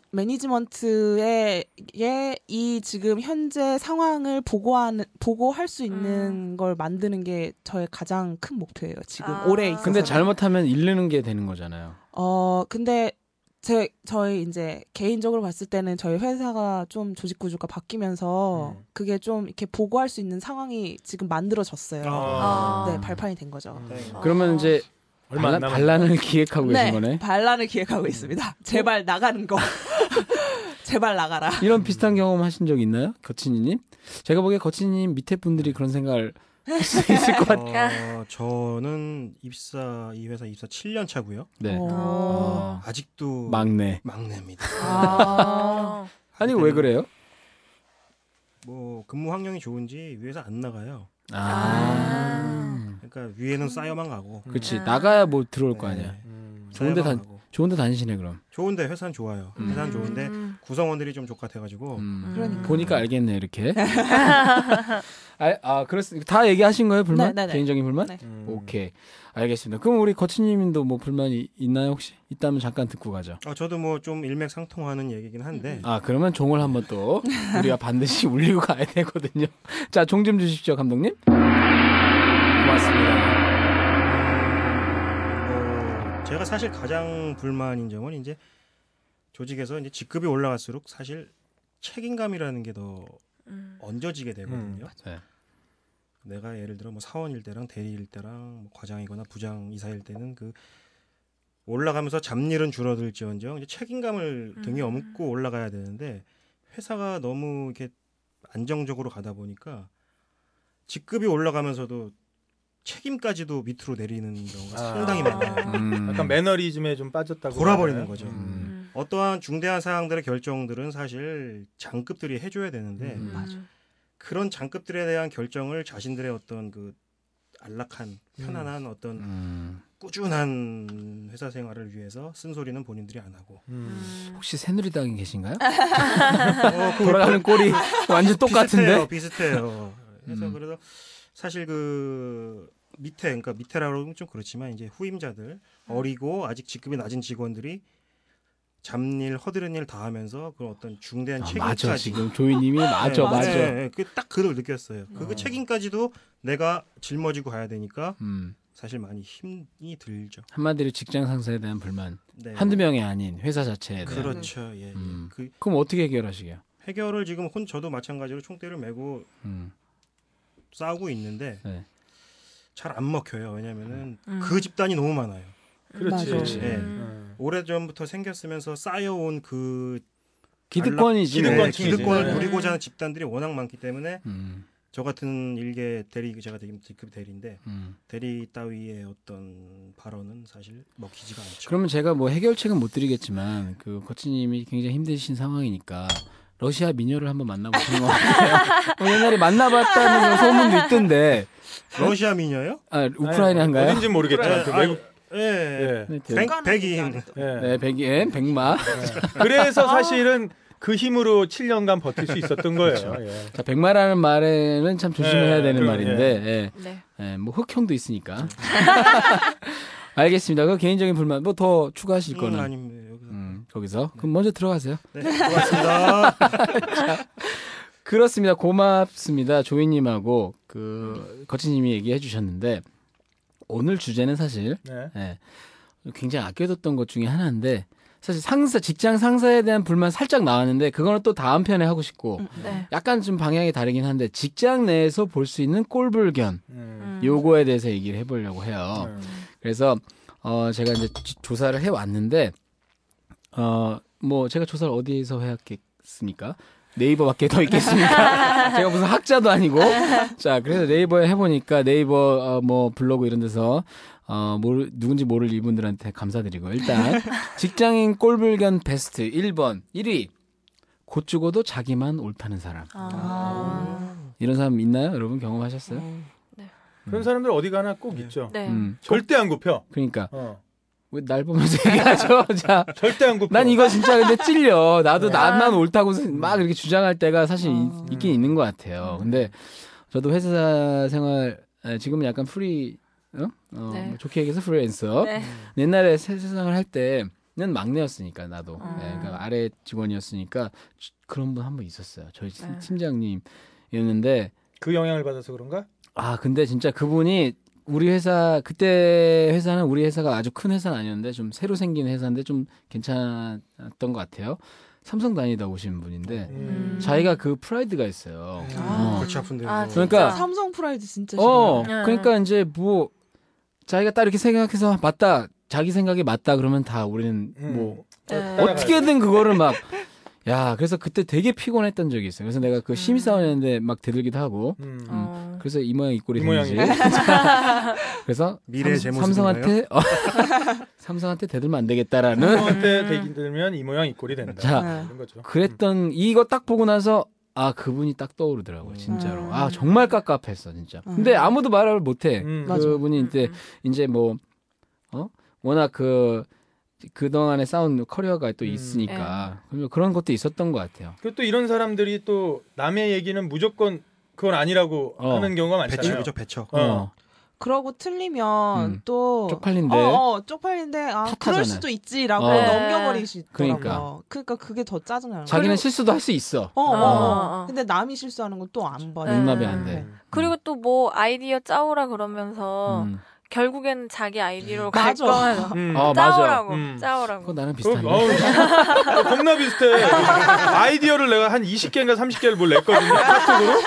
매니지먼트의 예, 이 지금 현재 상황을 보고하는 보고할 수 있는 걸 만드는 게 저의 가장 큰 목표예요. 지금 아. 올해 있어서. 근데 잘못하면 잃는 게 되는 거잖아요. 어 근데 제 저희 이제 개인적으로 봤을 때는 저희 회사가 좀 조직 구조가 바뀌면서 음. 그게 좀 이렇게 보고할 수 있는 상황이 지금 만들어졌어요. 아. 네 발판이 된 거죠. 음. 그러면 이제 아. 얼마 안 반란, 남았네. 반란을 <laughs> 기획하고 계신 네, 거네. 음. 반란을 기획하고 있습니다. 제발 나가는 거. <laughs> 제발 나가라. 이런 비슷한 경험 하신 적 있나요? 거친이님? 제가 보기에 거친이님 밑에 분들이 그런 생각을 할 수 <laughs> 있을 것 같아요. 같- 어, 저는 입사 이 회사 입사 7년 차고요. 네. 어. 어, 아직도 막내. 막내입니다. <laughs> 아. 아니, 왜 그래요? 뭐 근무 환경이 좋은지 위에서 안 나가요. 아. 그러니까 위에는 쌓여만 가고. 그치. 아. 나가야 뭐 들어올 거 네, 아니야. 음. 좋은데 쌓여만 다- 가고. 좋은데 다니시네, 그럼. 좋은데 회사는 좋아요. 음. 회사는 좋은데 구성원들이 좀 어. 족같아가지고 음. 그러니까. 보니까 알겠네, <laughs> 이렇게. 아, 아 그렇습니다. 다 얘기하신 거예요, 불만? 네, 네, 네. 개인적인 불만? 네. 음. 오케이. 알겠습니다. 그럼 우리 거친님도 뭐 불만이 있나요, 혹시? 있다면 잠깐 듣고 가죠. 어, 저도 뭐 좀 일맥상통하는 얘기긴 한데 아, 그러면 종을 한번 <laughs> 또 우리가 반드시 울리고 가야 되거든요. <laughs> 자, 종 좀 주십시오, 감독님. 고맙습니다. 어, 제가 사실 가장 불만인 점은 이제 조직에서 이제 직급이 올라갈수록 사실 책임감이라는 게 더 음. 얹어지게 되거든요. 네. 내가 예를 들어 뭐 사원일 때랑 대리일 때랑 뭐 과장이거나 부장 이사일 때는 그 올라가면서 잡일은 줄어들지언정 이제 책임감을 등에 음. 업고 올라가야 되는데 회사가 너무 이렇게 안정적으로 가다 보니까 직급이 올라가면서도 책임까지도 밑으로 내리는 경우가 아. <laughs> 상당히 많아요. 음. 약간 매너리즘에 좀 빠졌다고 돌아버리는 하나요? 거죠. 음. 어떠한 중대한 사항들의 결정들은 사실 장급들이 해줘야 되는데 음. 그런 장급들에 대한 결정을 자신들의 어떤 그 안락한 편안한 어떤 음. 꾸준한 회사 생활을 위해서 쓴소리는 본인들이 <laughs> 안 하고 음. 혹시 새누리당에 <laughs> 계신가요? 어, 돌아가는 <laughs> 꼴이 완전 똑같은데. 비슷해요, 비슷해요. 그래서 음. 그래서 사실 그 밑에 그러니까 밑에라고 하면 좀 그렇지만 이제 후임자들 음. 어리고 아직 직급이 낮은 직원들이 잡일 허드렛 일 다 하면서 그런 어떤 중대한 아, 책임까지 맞아 지금 조이님이 맞아 네, 맞아. 네, 네. 그딱 그걸 느꼈어요. 그 어. 책임까지도 내가 짊어지고 가야 되니까 음. 사실 많이 힘이 들죠. 한마디로 직장 상사에 대한 불만 네. 한두 명이 아닌 회사 자체에 대한. 그렇죠. 예. 예. 음. 그 그럼 어떻게 해결하시게요? 해결을 지금 혼 저도 마찬가지로 총대를 메고 음. 싸우고 있는데 네. 잘 안 먹혀요. 왜냐면은 음. 그 집단이 너무 많아요. 그렇지. 맞아. 그렇지. 네. 음. 오래전부터 생겼으면서 쌓여온 그 기득권이지. 기득권 뭐. 네, 층이지. 기득권을 네. 누리고자 하는 집단들이 워낙 많기 때문에 음. 저 같은 일개 대리 제가 지금 직급 대리인데 음. 대리 따위의 어떤 발언은 사실 먹히지가 않죠. 그러면 제가 뭐 해결책은 못 드리겠지만 그 코치님이 굉장히 힘드신 상황이니까 러시아 미녀를 한번 만나보시는 거 어때요? 뭐 옛날에 만나봤다는 그런 소문도 있던데 러시아 미녀요? 아, 우크라이나인가요? 어딘지 모르겠지만 그 아, 외국. 예. 예. 백, 백인. 예. 네, 백엔 백마. 아. 그래서 사실은 그 힘으로 7년간 버틸 <laughs> 수 있었던 거예요. 예. 자, 백마라는 말에는 참 조심해야 예, 되는 그럼, 말인데, 네. 예, 예, 뭐 흑형도 있으니까. <laughs> 알겠습니다. 그 개인적인 불만 뭐 더 추가하실 음, 거는 아닙니다. 여기서. 음, 거기서 그럼 먼저 들어가세요. 네, 고맙습니다. 그렇습니다. 고맙습니다. 조이님하고 그 거치님이 얘기해 주셨는데 오늘 주제는 사실 네. 예, 굉장히 아껴뒀던 것 중에 하나인데 사실 상사 직장 상사에 대한 불만 살짝 나왔는데 그거는 또 다음 편에 하고 싶고 네. 약간 좀 방향이 다르긴 한데 직장 내에서 볼 수 있는 꼴불견 음. 음. 아. 요거에 대해서 얘기를 해보려고 해요. 음. 그래서 어, 제가 이제 지- 조사를 해 왔는데 어, 뭐 제가 조사를 어디에서 해 왔겠습니까? 네이버밖에 더 있겠습니까? 제가 무슨 학자도 아니고 자 그래서 네이버에 해보니까 네이버 어, 뭐 블로그 이런 데서 어, 모르, 누군지 모를 이분들한테 감사드리고 일단 직장인 꼴불견 베스트 1번 1위 곧 죽어도 자기만 옳다는 사람 아. 이런 사람 있나요? 여러분 경험하셨어요? 그런 사람들 어디 가나 꼭 있죠. 네. 음, 절대 안 굽혀. 그러니까 어. 왜 날 보면서 <laughs> 얘기하죠? 자, 절대 안 굽혀. 난 이거 진짜 근데 찔려. 나도 네. 나만 옳다고 스- 막 이렇게 주장할 때가 사실 있- 아. 어. 있긴 있는 것 같아요. 근데 저도 회사 생활 에, 지금은 약간 프리 어? 어, 네. 뭐 좋게 얘기해서 프리랜서. 네. 옛날에 새 세상을 할 때는 막내였으니까 나도 아. 예, 그러니까 아래 직원이었으니까 주- 그런 분 한 분 있었어요. 저희 팀- 네. 팀장님이었는데 그 영향을 받아서 그런가? 아 근데 진짜 그분이 우리 회사 그때 회사는 우리 회사가 아주 큰 회사는 아니었는데 좀 새로 생긴 회사인데 좀 괜찮았던 것 같아요. 삼성 다니다 오신 분인데 음. 자기가 그 프라이드가 있어요. 아. 골치 아픈데. 아, 이거. 그러니까 삼성 프라이드 진짜 어 싫어요. 네. 그러니까 이제 뭐 자기가 딱 이렇게 생각해서 맞다 자기 생각이 맞다 그러면 다 우리는 뭐 네. 음. 어, 따라가야 어떻게든 그거를 막 야, 그래서 그때 되게 피곤했던 적이 있어요. 그래서 내가 그 심의사원이었는데 막 대들기도 하고, 음. 어. 그래서 이 모양 이 꼴이 이 되는지. 모양이네. <laughs> 그래서 미래의 삼, 제 삼성한테 어, <laughs> 삼성한테 대들면 안 되겠다라는 한테 대기 들면 이 모양 이 꼴이 된다. 뭐 자 네. 이런 거죠. 그랬던 이거 딱 보고 나서 아 그분이 딱 떠오르더라고요 진짜로 음. 아 정말 깝깝했어 진짜 근데 음. 아무도 말을 못해 음. 맞아. 그분이 이제 음, 음. 이제 뭐 어? 워낙 그 그동안에 쌓은 커리어가 또 음. 있으니까 네. 그래서 그런 것도 있었던 것 같아요 그리고 또 이런 사람들이 또 남의 얘기는 무조건 그건 아니라고 어. 하는 경우가 많잖아요. 배척이죠 배척. 어. 어, 그러고 틀리면 음. 또 쪽팔린데 어, 어, 쪽팔린데 아 탓하잖아요. 그럴 수도 있지라고 어. 넘겨버릴 수 있더라고요. 그러니까. 그러니까. 그게 더 짜증나요. 자기는 실수도 할 수 있어 네. 어, 어, 어, 어. 어. 근데 남이 실수하는 건 또 안 봐요. 네. 용납이 음. 안돼 그리고 또 뭐 아이디어 짜오라 어. 그러면서 음. 결국엔 자기 아이디로 갈 맞아. 거예요. 음. 어, 맞아 짜오라고. 음. 그거 짜오라고. 나랑 그거, 비슷한데 어우, 어, 겁나 비슷해. 아이디어를 내가 한 20개인가 30개를 뭘 냈거든요. 카톡으로.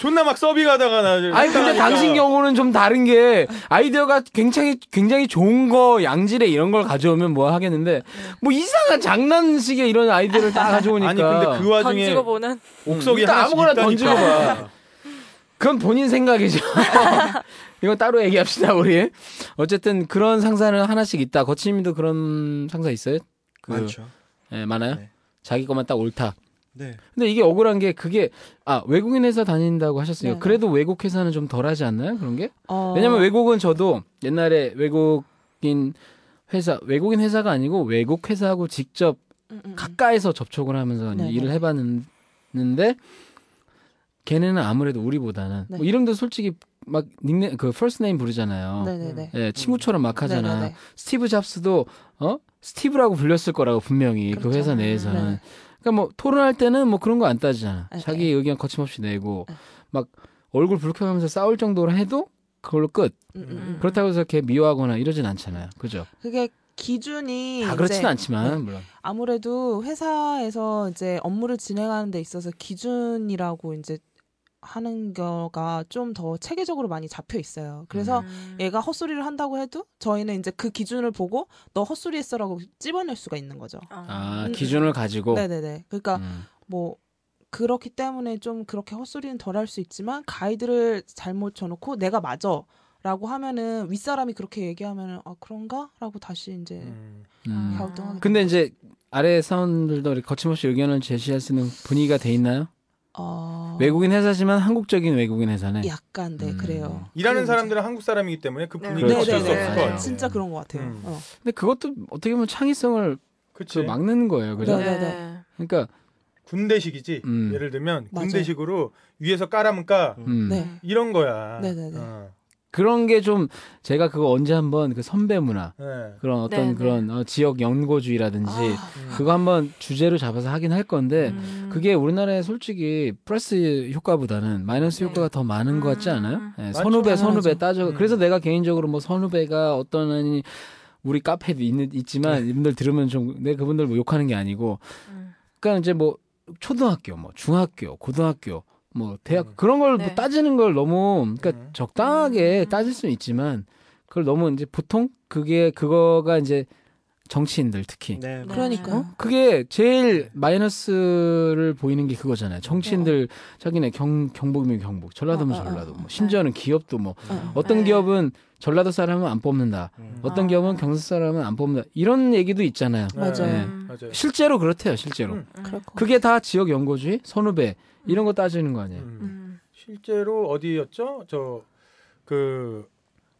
존나 막 서빙하다가 나. 이제 아니 근데 당하니까. 당신 경우는 좀 다른 게 아이디어가 굉장히 굉장히 좋은 거 양질의 이런 걸 가져오면 뭐 하겠는데 뭐 이상한 장난식의 이런 아이디어를 다 가져오니까 아니 근데 그 와중에 던지고 보는. 옥석이 일단 하나씩 아무거나 있다니까. 던지고 봐. 그건 본인 생각이죠. <laughs> 이건 따로 얘기합시다 우리. 어쨌든 그런 상사는 하나씩 있다. 거치님도 그런 상사 있어요? 그, 많죠. 예, 많아요. 네. 자기 것만 딱 옳다. 네. 근데 이게 억울한 게 그게 아 외국인 회사 다닌다고 하셨으니까 네. 그래도 외국 회사는 좀 덜하지 않나요 그런 게? 어. 왜냐면 외국은 저도 옛날에 외국인 회사 외국인 회사가 아니고 외국 회사하고 직접 음, 음, 음. 가까이서 접촉을 하면서 이제 네네. 일을 해봤는데 걔네는 아무래도 우리보다는 네. 뭐 이름도 솔직히 막 닉네 그 퍼스트 네임 부르잖아요. 네네네. 예, 친구처럼 막 하잖아. 네네네. 스티브 잡스도 어 스티브라고 불렸을 거라고 분명히 그 그렇죠. 회사 내에서는. 네. 그러니까 뭐 토론할 때는 뭐 그런 거 안 따지잖아. 네, 자기 네. 의견 거침없이 내고 네. 막 얼굴 붉혀가면서 싸울 정도로 해도 그걸로 끝. 음, 음, 음. 그렇다고 해서 걔 미워하거나 이러진 않잖아요. 그죠? 그게 기준이 다 이제 그렇지는 네. 않지만 물론. 아무래도 회사에서 이제 업무를 진행하는 데 있어서 기준이라고 이제 하는 거가 좀 더 체계적으로 많이 잡혀 있어요. 그래서 예. 음. 얘가 헛소리를 한다고 해도 저희는 이제 그 기준을 보고 너 헛소리했어라고 찝어낼 수가 있는 거죠. 어. 아 음, 기준을 가지고. 네네네. 그러니까 어. 음. 뭐 그렇기 때문에 좀 그렇게 헛소리는 덜 할 수 있지만 가이드를 잘못 쳐놓고 내가 맞아라고 하면은 윗사람이 그렇게 얘기하면은 아 그런가라고 다시 이제 음. 음. 아. 갸우뚱하게 근데 이제 아래 사원들도 이렇게 거침없이 의견을 제시할 수 있는 분위기가 돼 있나요? 어 외국인 회사지만 한국적인 외국인 회사네. 약간 네 음. 그래요. 일하는 그게 사람들은 한국 사람이기 때문에 그 네. 분위기 문제. 네네네. 가 어쩔 수 없을 네. 것 네네네. 같아요. 진짜 그런 것 같아요. 음. 어. 근데 그것도 어떻게 보면 창의성을 그 그치. 막는 거예요, 그죠? 네. 음. 그러니까 군대식이지. 음. 예를 들면 맞아요. 군대식으로 위에서 까라면 까 음. 네. 이런 거야. 네네네. 어. 그런 게 좀 제가 그거 언제 한번 그 선배 문화 네. 그런 어떤 네, 네. 그런 어, 지역 연고주의라든지 아, 음. 그거 한번 주제로 잡아서 하긴 할 건데 음. 네. 그게 우리나라에 솔직히 플러스 효과보다는 마이너스 네. 효과가 더 많은 것 같지 않아요? 음. 예, 맞죠. 선후배 선후배 맞아. 따져. 음. 그래서 내가 개인적으로 뭐 선후배가 어떤 아니 우리 카페도 있, 있지만 이분들 들으면 좀 내 그분들 뭐 욕하는 게 아니고 음. 그러니까 이제 뭐 초등학교 뭐 중학교 고등학교 뭐 대학 음. 그런 걸뭐 네. 따지는 걸 너무 그러니까 음. 적당하게 음. 따질 수는 있지만 그걸 너무 이제 보통 그게 그거가 이제 정치인들 특히 뭐, 네. 네. 그러니까요. 그게 제일 마이너스를 보이는 게 그거잖아요. 정치인들 자기네 경 경복이면 경복, 전라도면 어, 어, 전라도, 어. 네. 뭐 심지어는 기업도 뭐 어. 어떤 네. 기업은 전라도 사람은 안 뽑는다, 음. 어떤 아. 기업은 경북 사람은 안 뽑는다 이런 얘기도 있잖아요. 맞아요. 음. 맞아요. 실제로 그렇대요, 실제로. 음. 음. 그렇고. 그게 다 지역 연고주의, 선후배 이런 거 따지는 거 아니에요. 음. 음. 실제로 어디였죠? 저 그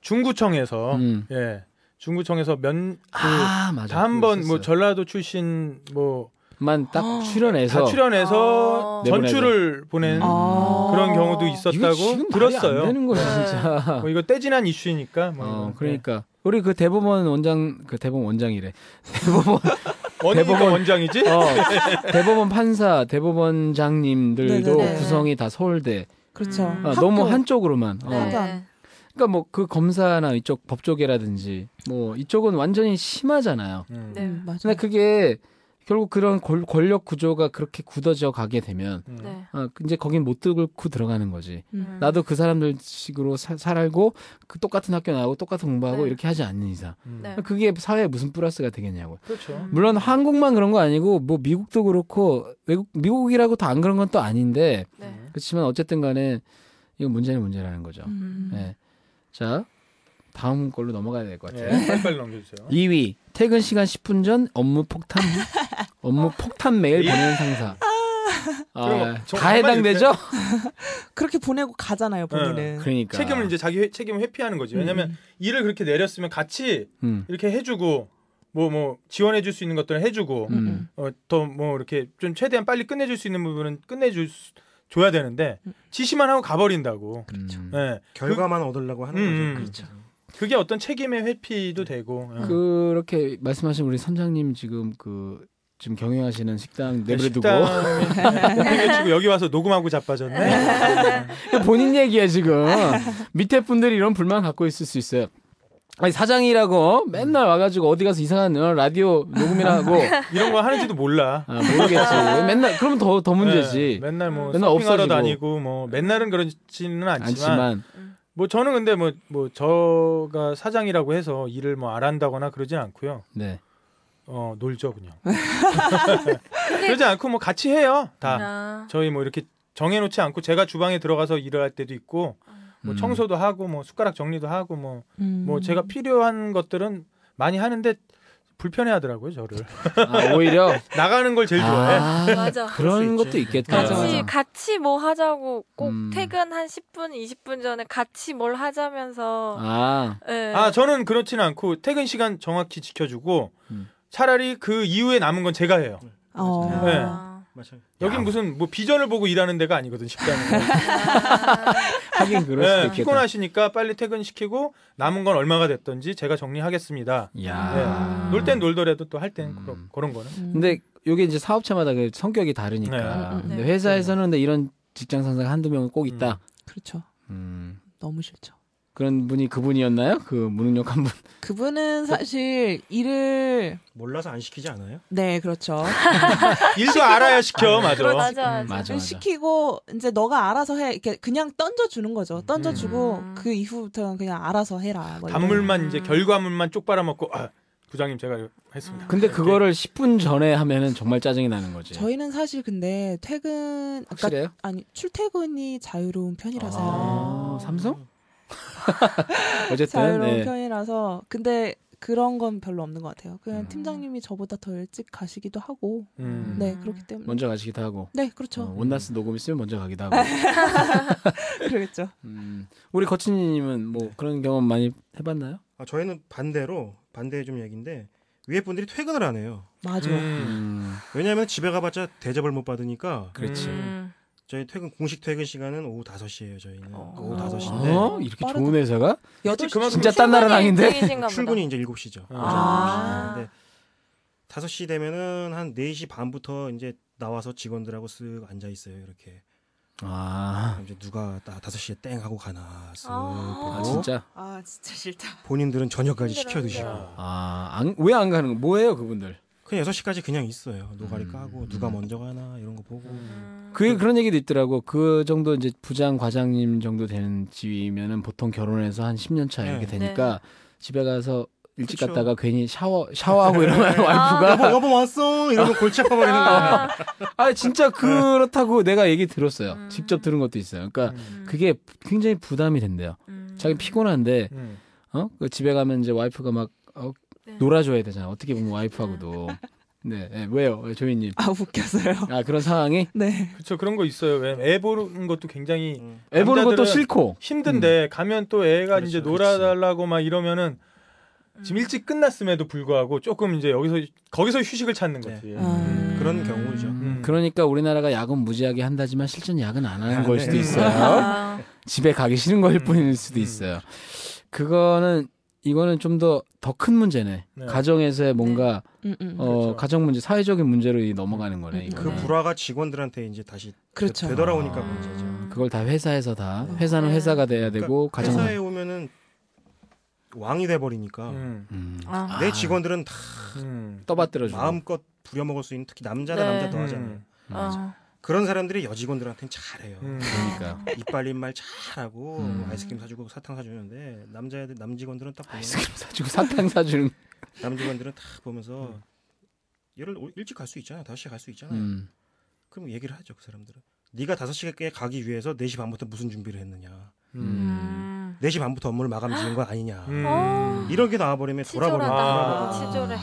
중구청에서 음. 예 중구청에서 면 그, 아 맞아. 다한번 뭐 전라도 출신 뭐 다 만딱 출연해서 출연해서 아. 전출을 보낸 음. 아. 그런 경우도 이거 있었다고 지금 말이 안 들었어요. 되는 거야 네. 진짜. 뭐 이거 떼진한 이슈니까. 뭐 어, 이런. 그러니까 우리 그 대법원 원장 그 대법원 원장이래. <laughs> 대법원 네. 어디가 대법원- <laughs> 원장이지? <laughs> 어, 대법원 판사, 대법원장님들도 네네네. 구성이 다 서울대. 그렇죠. 음. 아, 학교. 너무 한쪽으로만. 어. 네. 약간. 그러니까 뭐 그 검사나 이쪽 법조계라든지 뭐 이쪽은 완전히 심하잖아요. 음. 네. 음, 맞아요. 근데 그게 결국 그런 골- 권력 구조가 그렇게 굳어져 가게 되면 음. 네. 아, 이제 거긴 못 들고 들어가는 거지. 음. 나도 그 사람들 식으로 사- 살고 그 똑같은 학교 나오고 똑같은 공부하고 네. 이렇게 하지 않는 이상 음. 네. 그게 사회에 무슨 플러스가 되겠냐고. 그렇죠. 음. 물론 한국만 그런 거 아니고 뭐 미국도 그렇고 외국 미국이라고 다 안 그런 건 또 아닌데 음. 네. 그렇지만 어쨌든 간에 이거 문제는 문제라는 거죠. 음. 네. 자 다음 걸로 넘어가야 될 것 예, 같아요. 빨리빨리 넘겨주세요. 2위 퇴근 시간 10분 전 업무 폭탄 업무 폭탄 메일 보내는 상사. 아, 예. 그럼 저- 다 해당되죠? 그렇게 보내고 가잖아요, 본인은. 그러니까 책임을 이제 자기 회- 책임을 회피하는 거지. 왜냐하면 일을 그렇게 내렸으면 같이 음, 이렇게 해주고 뭐 뭐 지원해줄 수 있는 것들은 해주고 음. 어 더 뭐 이렇게 좀 최대한 빨리 끝내줄 수 있는 부분은 끝내줄 수- 줘야 되는데 지시만 하고 가버린다고. 음. 그렇죠. 예, 결과만 얻으려고 하는 음, 음. 거죠. 그게 어떤 책임의 회피도 되고. 예. 네. 그렇게 말씀하신 우리 선장님 지금 그 지금 경영하시는 식당 네, 내버려두고 식당에 <laughs> 치고 여기 와서 녹음하고 자빠졌네. <laughs> 그 본인 얘기야 지금 밑에 분들이 이런 불만 갖고 있을 수 있어요. 아니 사장이라고 맨날 와가지고 어디 가서 이상한 어, 라디오 녹음이나 하고 이런 거 하는지도 몰라. 아, 모르겠지. 맨날 그러면 더 더 예, 문제지. 맨날 뭐 맨날 서핑하러 없어지고. 다니고 뭐 맨날은 그렇지는 않지만 않지만 뭐 저는 근데 뭐 뭐 저가 사장이라고 해서 일을 뭐 안 한다거나 그러진 않고요. 네. 어 놀죠 <laughs> 그냥. 그러지 않고 뭐 같이 해요 다. 아. 저희 뭐 이렇게 정해놓지 않고 제가 주방에 들어가서 일을 할 때도 있고 뭐 음. 청소도 하고 뭐 숟가락 정리도 하고 뭐 뭐 음. 제가 필요한 것들은 많이 하는데 불편해하더라고요 저를 아, 오히려 나가는 걸 제일 좋아해. 아, 맞아. 그런 그럴 수 것도 있지. 있겠다. 같이 맞아, 맞아. 같이 뭐 하자고 꼭 네, 음. 퇴근 한 10분 20분 전에 같이 뭘 하자면서 아, 예. 아 저는 그렇지는 않고 퇴근 시간 정확히 지켜주고 음. 차라리 그 이후에 남은 건 제가 해요. 어. 네. 아. 맞아요. 여긴 무슨 뭐 비전을 보고 일하는 데가 아니거든 식당은. 하긴 <laughs> 그럴 수도 네, 있겠다. 피곤하시니까 빨리 퇴근시키고 남은 건 얼마가 됐던지 제가 정리하겠습니다. 야. 네. 놀 땐 놀더라도 또 할 땐 음. 그런, 그런 거는. 음. 근데 요게 이제 사업체마다 그 성격이 다르니까. 네. 음, 음, 네. 근데 회사에서는 근데 이런 직장 상사가 한두 명은 꼭 있다. 그렇죠. 음. 너무 싫죠. 그런 분이 그분이었나요? 그 무능력한 분. 그분은 사실 일을 몰라서 안 시키지 않아요? 네, 그렇죠. 일도 알아야 시켜, 맞아. 그렇죠. 맞아 음, 맞아. 맞아. 시키고 이제 너가 알아서 해. 이렇게 그냥 던져 주는 거죠. 던져 주고 음. 그 이후부터는 그냥 알아서 해라. 뭐 음. 이런. 단물만 이제 결과물만 쪽 빨아먹고 아, 부장님 제가 이거 했습니다. 근데 그거를 10분 전에 하면은 정말 짜증이 나는 거지. 저희는 사실 근데 퇴근 그러니까 아까 확실해요? 아니 출퇴근이 자유로운 아, 편이라서요. 삼성? <laughs> 어쨌든 자유로운 네. 편이라서 근데 그런 건 별로 없는 것 같아요. 그냥 음. 팀장님이 저보다 더 일찍 가시기도 하고 음. 네 그렇기 때문에 먼저 가시기도 하고 네 <laughs> 어, 그렇죠. 온나스 녹음 있으면 먼저 가기도 아. 하고. 그러겠죠. 음. 우리 거친이님은 뭐 그런 경험 많이 해봤나요? 아, 저희는 반대로 반대 좀 얘기인데 위에 분들이 퇴근을 안 해요. 맞아. 음. 음. 왜냐하면 집에 가봤자 대접을 못 받으니까 그렇지. 음. 저희 퇴근 공식 퇴근 시간은 오후 5시예요. 저희는 어. 오후 어? 5시인데 이렇게 빠르다. 좋은 회사가? 여덟 시 그만큼 진짜 딴 나라 음. 출근이 당인데? 일찍이신가 보다. 출근이 이제 7시죠. 아. 근데 5시 되면은 한 4시 반부터 이제 나와서 직원들하고 쓱 앉아 있어요. 이렇게. 아, 그럼 이제 누가 다 5시에 땡 하고 가나 쓱 아, 아 보고 진짜? 아 진짜 싫다. 본인들은 저녁까지 시켜 힘들어, 드시고 힘들어. 아왜 안 가는 거? 뭐예요 그분들? 그냥 6시까지 그냥 있어요. 노가리 음. 까고 누가 먼저 가나 이런 거 보고 음. 그 그런 얘기도 있더라고. 그 정도 이제 부장 과장님 정도 되는 지위면은 보통 결혼해서 한 10년 차 이렇게 네. 되니까 집에 가서 일찍 그쵸. 갔다가 괜히 샤워 샤워하고 이러면 네. 여보, <laughs> 와이프가 여보 왔어 이러면 골치 아파버리는 <laughs> 거야. 아, 아 진짜 그렇다고 내가 얘기 들었어요. 음. 직접 들은 것도 있어요. 그러니까 음, 그게 굉장히 부담이 된대요. 음. 자기 피곤한데 음. 어? 그 집에 가면 이제 와이프가 막 어, 네. 음. 놀아줘야 되잖아. 어떻게 보면 와이프하고도. 네, 네, 왜요, 조이님? 아 웃겼어요. 아 그런 상황이 <laughs> 네. 그렇죠 그런 거 있어요. 왜 애 보는 것도 굉장히 음. 애 보는 것도 남자들은 싫고. 힘든데 가면 또 애가 그렇죠, 이제 그렇지. 놀아달라고 막 이러면은 음. 지금 일찍 끝났음에도 불구하고 조금 이제 여기서 거기서 휴식을 찾는 거지. 네. 음. 그런 경우죠. 음. 그러니까 우리나라가 야근 무지하게 한다지만 실전 야근 안 하는 아, 걸 네. 수도 있어요. 아, 집에 가기 싫은 거일 음. 뿐일 수도 음. 있어요. 그거는 이거는 좀 더 더 큰 문제네. 네. 가정에서의 뭔가 음, 음. 어, 그렇죠. 가정 문제, 사회적인 문제로 이 넘어가는 거네. 음, 이거. 그 는 불화가 직원들한테 이제 다시 그렇죠. 되돌아오니까 아. 문제죠. 그걸 다 회사에서 다 네. 회사는 회사가 돼야 되고 그러니까 가정. 회사에 오면은 왕이 돼 버리니까 음. 음. 아. 내 직원들은 다 음. 떠받들어주고. 마음껏 부려먹을 수 있는 특히 남자다 네. 남자 더하잖아요. 음. 아, 그런 사람들이 여직원들한테는 잘해요. 음. 그러니까 이빨린 말 잘하고 음. 뭐 아이스크림 사주고 사탕 사주는데 남자애들 남직원들은 딱 보면 아이스크림 사주고 사탕 사주는. 남직원들은 딱 보면서 음. 얘를 오- 일찍 갈 수 있잖아. 5시에 갈 수 있잖아. 음. 그럼 얘기를 하죠, 그 사람들은. 네가 5시에 가기 위해서 4시 반부터 무슨 준비를 했느냐. 음. 음. 4시 반부터 업무를 마감 지은 건 아니냐. 음. 어, 이런 게 나와버리면 돌아버리는 치졸하다. 아. 치졸해.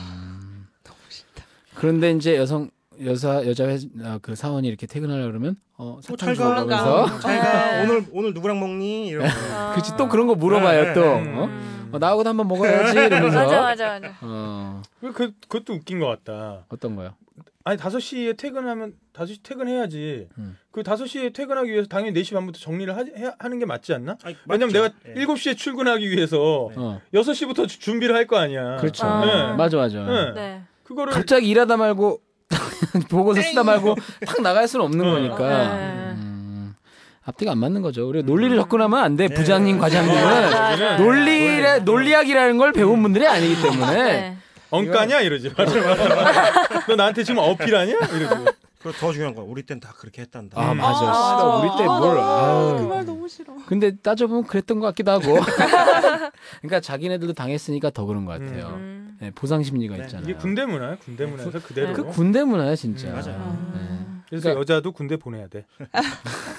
너무 싫다. 그런데 이제 여성 여사 여자 회, 아, 그 사원이 이렇게 퇴근하려 그러면 어 사탕 잘가. 주면서 뭐 잘가 네. 아, 오늘 오늘 누구랑 먹니? 이러고 음. 아. 그렇지 또 그런 거 물어봐요 네, 또 네. 어? 음. 어, 나하고도 한번 먹어야지 이러면서 맞아, 맞아, 맞아. 어 그, 그 그것도 웃긴 것 같다. 어떤 거요? 아니 5시에 퇴근하면 5시 퇴근해야지. 음. 그 5시에 퇴근하기 위해서 당연히 4시 반부터 정리를 하, 해, 하는 게 맞지 않나? 아니, 왜냐면 맞죠. 내가 예. 7시에 출근하기 위해서 네. 어 6시부터 준비를 할 거 아니야. 그렇죠 아. 네. 맞아 맞아 네. 네. 그거를 갑자기 일하다 말고 <laughs> 보고서 쓰다 말고 탁 나갈 수는 없는 네. 거니까 네. 음, 앞뒤가 안 맞는 거죠 우리가 논리를 접근하면 안 돼 부장님 네. 과장님은 맞아, 맞아. 논리의 논리학이라는 걸 배운 분들이 아니기 때문에 네. 엉까냐 이러지. 맞아, 맞아. 너 나한테 지금 어필하냐? 이러고. 그리고 더 중요한 건 우리 땐 다 그렇게 했단다. 음. 어, 아 맞아 씨발, 아, 맞아. 우리 아, 때뭘 너무- 아유. 음. 그 말 너무 싫어. 근데 따져보면 그랬던 것 같기도 하고. <laughs> 그러니까 자기네들도 당했으니까 더 그런 것 같아요. 음. 네, 보상 심리가 네, 있잖아요. 이게 군대 문화야. 군대 문화에서 그대로. 그 군대 문화야 진짜. 음, 맞아요. 아. 그래서 그러니까- 여자도 군대 보내야 돼.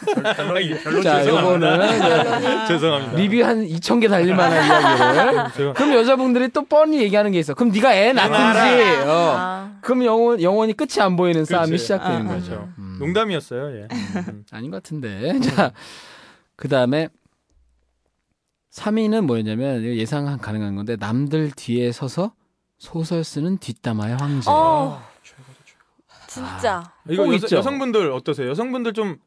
그렇죠. 자, 요거는 죄송합니다. 리뷰 한 2천 개 달릴 만한 이야기를. 죄송- 그럼 여자분들이 또 뻔히 얘기하는 게 있어. 그럼 네가 애 낳든지. 어. 아. 그럼 영원 영원히 끝이 안 보이는 싸움이 그치. 시작되는 아, 아. 거죠. 그렇죠. 음. 농담이었어요. 예. 음. 아닌 것 같은데. 자, 그 다음에 3위는 뭐였냐면 이거 예상 가능한 건데 남들 뒤에 서서 소설 쓰는 뒷담화의 황제. 어, 최고죠, 최고. 아, 진짜. 이거 꼭 여, 있죠. 여성분들 어떠세요? 여성분들 좀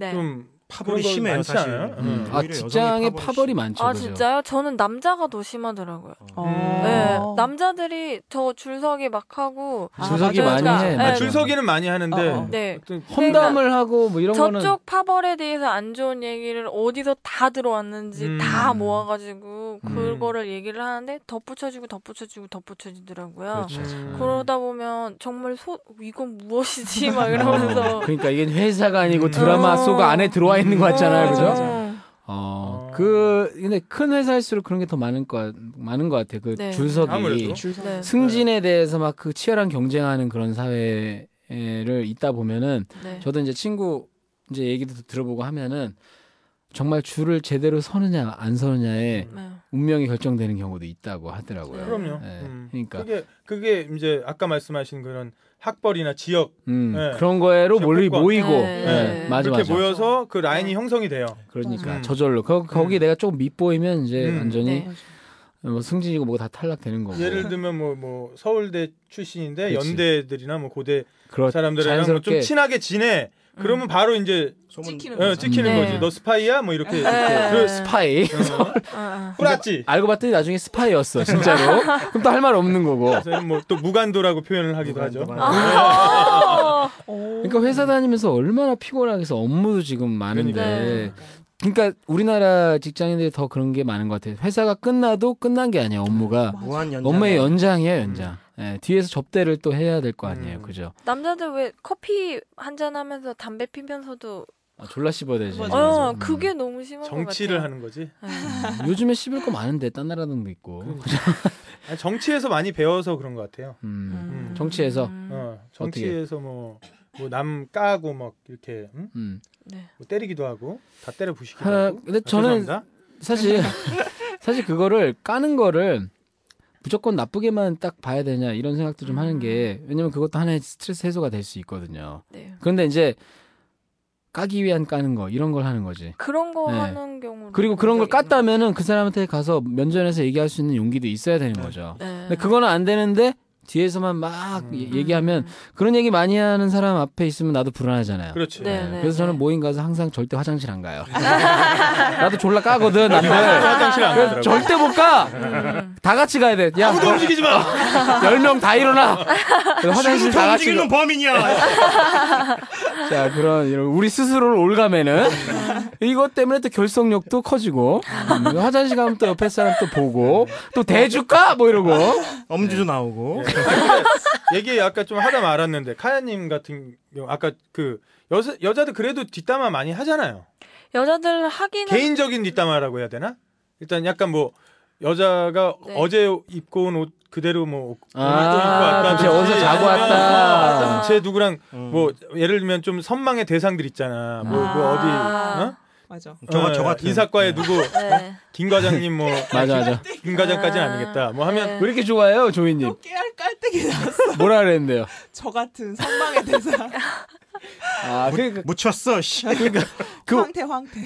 좀 네. 파벌이 심해요, 많지 사실. 않아요? 음. 음. 아 오히려 직장에 여성이 파벌이, 파벌이 많죠. 아, 그죠? 진짜요? 저는 남자가 더 심하더라고요. 어. 네. 어. 남자들이 저 줄서기 막 하고. 아, 주석이 맞아요. 많이 해. 네. 맞아. 줄서기는 많이 하는데 음. 어, 어. 네. 어떤- 험담을 하고 뭐 이런 음, 거는 저쪽 파벌에 대해서 안 좋은 얘기를 어디서 다 들어왔는지 음. 다 모아가지고 음. 그거를 얘기를 하는데 덧붙여주고 덧붙여주고 덧붙여지더라고요. 그렇죠. 음. 그러다 보면 정말 소 이건 무엇이지 <laughs> 막 이러면서 그러니까 이게 회사가 아니고 드라마 어. 속 안에 들어와 있는 것 같잖아요, 그죠? 어. 어, 어. 그 근데 큰 회사일수록 그런 게 더 많은 것 같- 많은 것 같아요. 그 네. 줄서기 아무래도. 줄서. 네. 승진에 대해서 막 그 치열한 경쟁하는 그런 사회를 있다 보면은 네. 저도 이제 친구 이제 얘기도 들어보고 하면은 정말 줄을 제대로 서느냐 안 음. 서느냐에 네. 운명이 결정되는 경우도 있다고 하더라고요. 그럼요. 예, 음. 그러니까. 그게 그게 이제 아까 말씀하신 그런 학벌이나 지역 음, 네. 그런 거에로 몰리 선택권. 모이고 네. 예, 네. 맞아 맞아. 이렇게 그렇죠. 모여서 그 라인이 형성이 돼요. 그러니까 음. 저절로 거, 거기 음. 내가 조금 밑보이면 이제 음. 완전히 네. 뭐 승진이고 뭐고 다 탈락되는 거고. 예를 들면 뭐 뭐 서울대 출신인데 어. 그치. 연대들이나 뭐 고대 그렇 사람들이랑 뭐좀 자연스럽게 음. 친하게 지내. 그러면 바로 이제 소문 찍히는 어, 찍히는 음. 네. 거지. 너 스파이야? 뭐 이렇게. 네. 그 스파이 어, 어. 뿌라지. 알고 봤더니 나중에 <laughs> 스파이였어 진짜로. 그럼 또 할 말 없는 거고. 그래서 뭐또 무간도라고 표현을 하기도 무간도 하죠. 많이 아, <laughs> 어. 그러니까 회사 다니면서 얼마나 피곤하게 해서 업무도 지금 많은데. 그러니까요. 그러니까 우리나라 직장인들이 더 그런 게 많은 것 같아요. 회사가 끝나도 끝난 게 아니야 업무가. 무한 연장. 엄마의 연장이에요, 연장. 예, 뒤에서 접대를 또 해야 될 거 아니에요, 음. 그죠? 남자들 왜 커피 한잔 하면서 담배 피면서도 아, 졸라 씹어야 되지. 맞아. 어, 음. 그게 너무 심한 정치를 것 같아요. 하는 거지. 음, 요즘에 씹을 거 많은데 딴 나라도 있고. 아니, 정치에서 많이 배워서 그런 것 같아요. 음. 음. 정치에서. 어, 정치에서 뭐뭐 남 까고 막 이렇게 응? 음. 네. 뭐 때리기도 하고 다 때려 부시기도 아, 하고. 근데 아, 저는 죄송합니다. <laughs> 사실 사실 그거를 까는 거를 무조건 나쁘게만 딱 봐야 되냐 이런 생각도 좀 하는 게 왜냐면 그것도 하나의 스트레스 해소가 될 수 있거든요. 네. 그런데 이제 까기 위한 까는 거 이런 걸 하는 거지. 그런 거 네. 하는 경우 그리고 그런 걸 깠다면은 그 사람한테 가서 면전에서 얘기할 수 있는 용기도 있어야 되는 거죠. 네. 근데 그거는 안 되는데 뒤에서만 막 예, 음. 얘- 얘기하면 그런 얘기 많이 하는 사람 앞에 있으면 나도 불안하잖아요. 그렇지. 네. 그래서 저는 모임 가서 항상 절대 화장실 안 <laughs> 가요. 나도 졸라 까거든 남들. 네. 화장실 안 가더라고. 절대 못 가. 음. 다 같이 가야 돼. 야, 아무도 움직이지 마. 열 명 다 일어나. 그래서 화장실 다 같이 아, 움직이는 가. 네. 범인이야. 자, 그런 이런 우리 스스로를 올가매는 이것 때문에 또 결속력도 커지고 음, 화장실 가면 또 옆에 사람 또 보고 또 대줄까 뭐 이러고. 엄지도 네. 나오고. 예. 아니, 근데 얘기 아까 좀 하다 말았는데 카야님 같은 경우 아까 그 여자 여자도 그래도 뒷담화 많이 하잖아요. 여자들 하기는 개인적인 뒷담화라고 해야 되나? 일단 약간 뭐 여자가 네. 어제 입고 온 옷 그대로 뭐 옷- 아, 오늘 또 입고 왔다. 쟤 어디서 자고 왔다. 제 누구랑 음. 뭐 예를 들면 좀 선망의 대상들 있잖아. 뭐, 뭐 어디 아. 어? 맞아. 저가 어, 저 같은 인사과에 누구 네. 김 과장님 뭐 <laughs> 맞아, 맞아. 김 과장까지는 아. 아니겠다. 뭐 하면 네. 왜 이렇게 좋아해요, 조이님? 또 깨알 깔때기 나. 뭐라 그랬는데요? 저 같은 선망의 대상. 아, 그러니까 묻혔어. 씨. 아, 그- 황태 황태.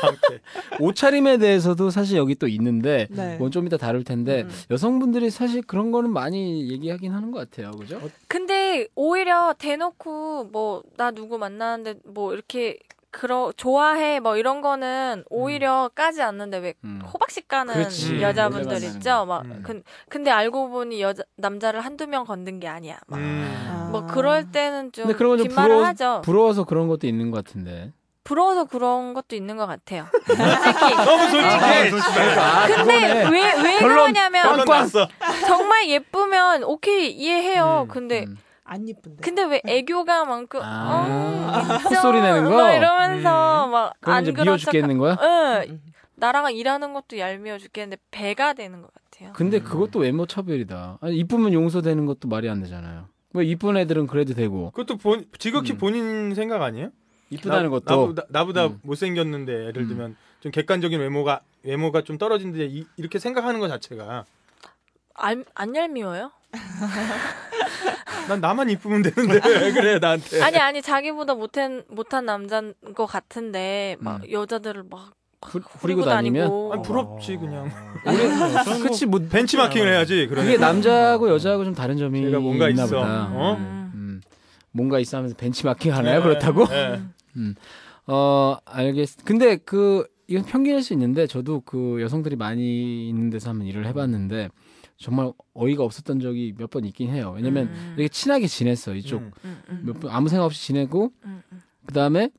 함께. 옷차림에 대해서도 사실 여기 또 있는데 네. 그건 좀 이따 다룰 음. 텐데 여성분들이 사실 그런 거는 많이 얘기하긴 하는 것 같아요, 그죠? 어, 근데 오히려 대놓고 뭐 나 누구 만나는데 뭐 이렇게 그러 좋아해 뭐 이런 거는 오히려 까지 않는데 왜 음. 호박씨 까는 그렇지. 여자분들 몰래 만나는 있죠. 거. 막 음. 근, 근데 알고 보니 여자 남자를 한두 명 건든 게 아니야. 막. 음. 뭐 그럴 때는 좀 아. 근데 그런 건좀 뒷말을 부러워- 하죠. 부러워서 그런 것도 있는 것 같은데. 부러워서 그런 것도 있는 것 같아요. 너무 솔직해. <laughs> 아, 아, 근데 그거네. 왜 왜 결론- 그러냐면 결론 났어. <laughs> 정말 예쁘면 오케이 이해해요. 음, 근데 음. 안 예쁜데. 근데 왜 애교가 많고 아, 그, 어, 콧소리 내는 거? 막 이러면서 음. 그럼 막안 이제 그런 미워 척. 죽겠는 거야? 음. 응, 나랑 일하는 것도 얄미워 죽겠는데 배가 되는 것 같아요. 근데 그것도 외모 차별이다. 아니, 이쁘면 용서되는 것도 말이 안 되잖아요. 왜 이쁜 애들은 그래도 되고 그것도 본 지극히 음. 본인 생각 아니에요? 이쁘다는 나- 것도 나보다, 나보다 음. 못생겼는데 예를 음. 들면 좀 객관적인 외모가 외모가 좀 떨어진데 이, 이렇게 생각하는 것 자체가 안, 안 얄미워요? 난 나만 <laughs> 이쁘면 되는데 왜 그래 나한테 아니 아니 자기보다 못한 못한 남자인 것 같은데 막 여자들을 막 부- 음. 부리고 부리고 다니면 어. 다니고 아니, 부럽지, 그냥. 우리 그치 뭐 벤치마킹을 해야지 그게 그러면 남자하고 여자하고 좀 다른 점이 제가 뭔가 있나 있어. 보다. 어? 음, 뭔가 있어 하면서 벤치마킹 하나요? 그렇다고? 네. 어, 알겠. 근데 그 이건 편견일 수 있는데 저도 그 여성들이 많이 있는 데서 한번 일을 해봤는데 정말 어이가 없었던 적이 몇 번 있긴 해요. 왜냐면 음. 되게 뭐 친하게 지냈어 이쪽 음. 음, 음, 몇 번 아무 생각 없이 지내고 음, 음. 그 다음에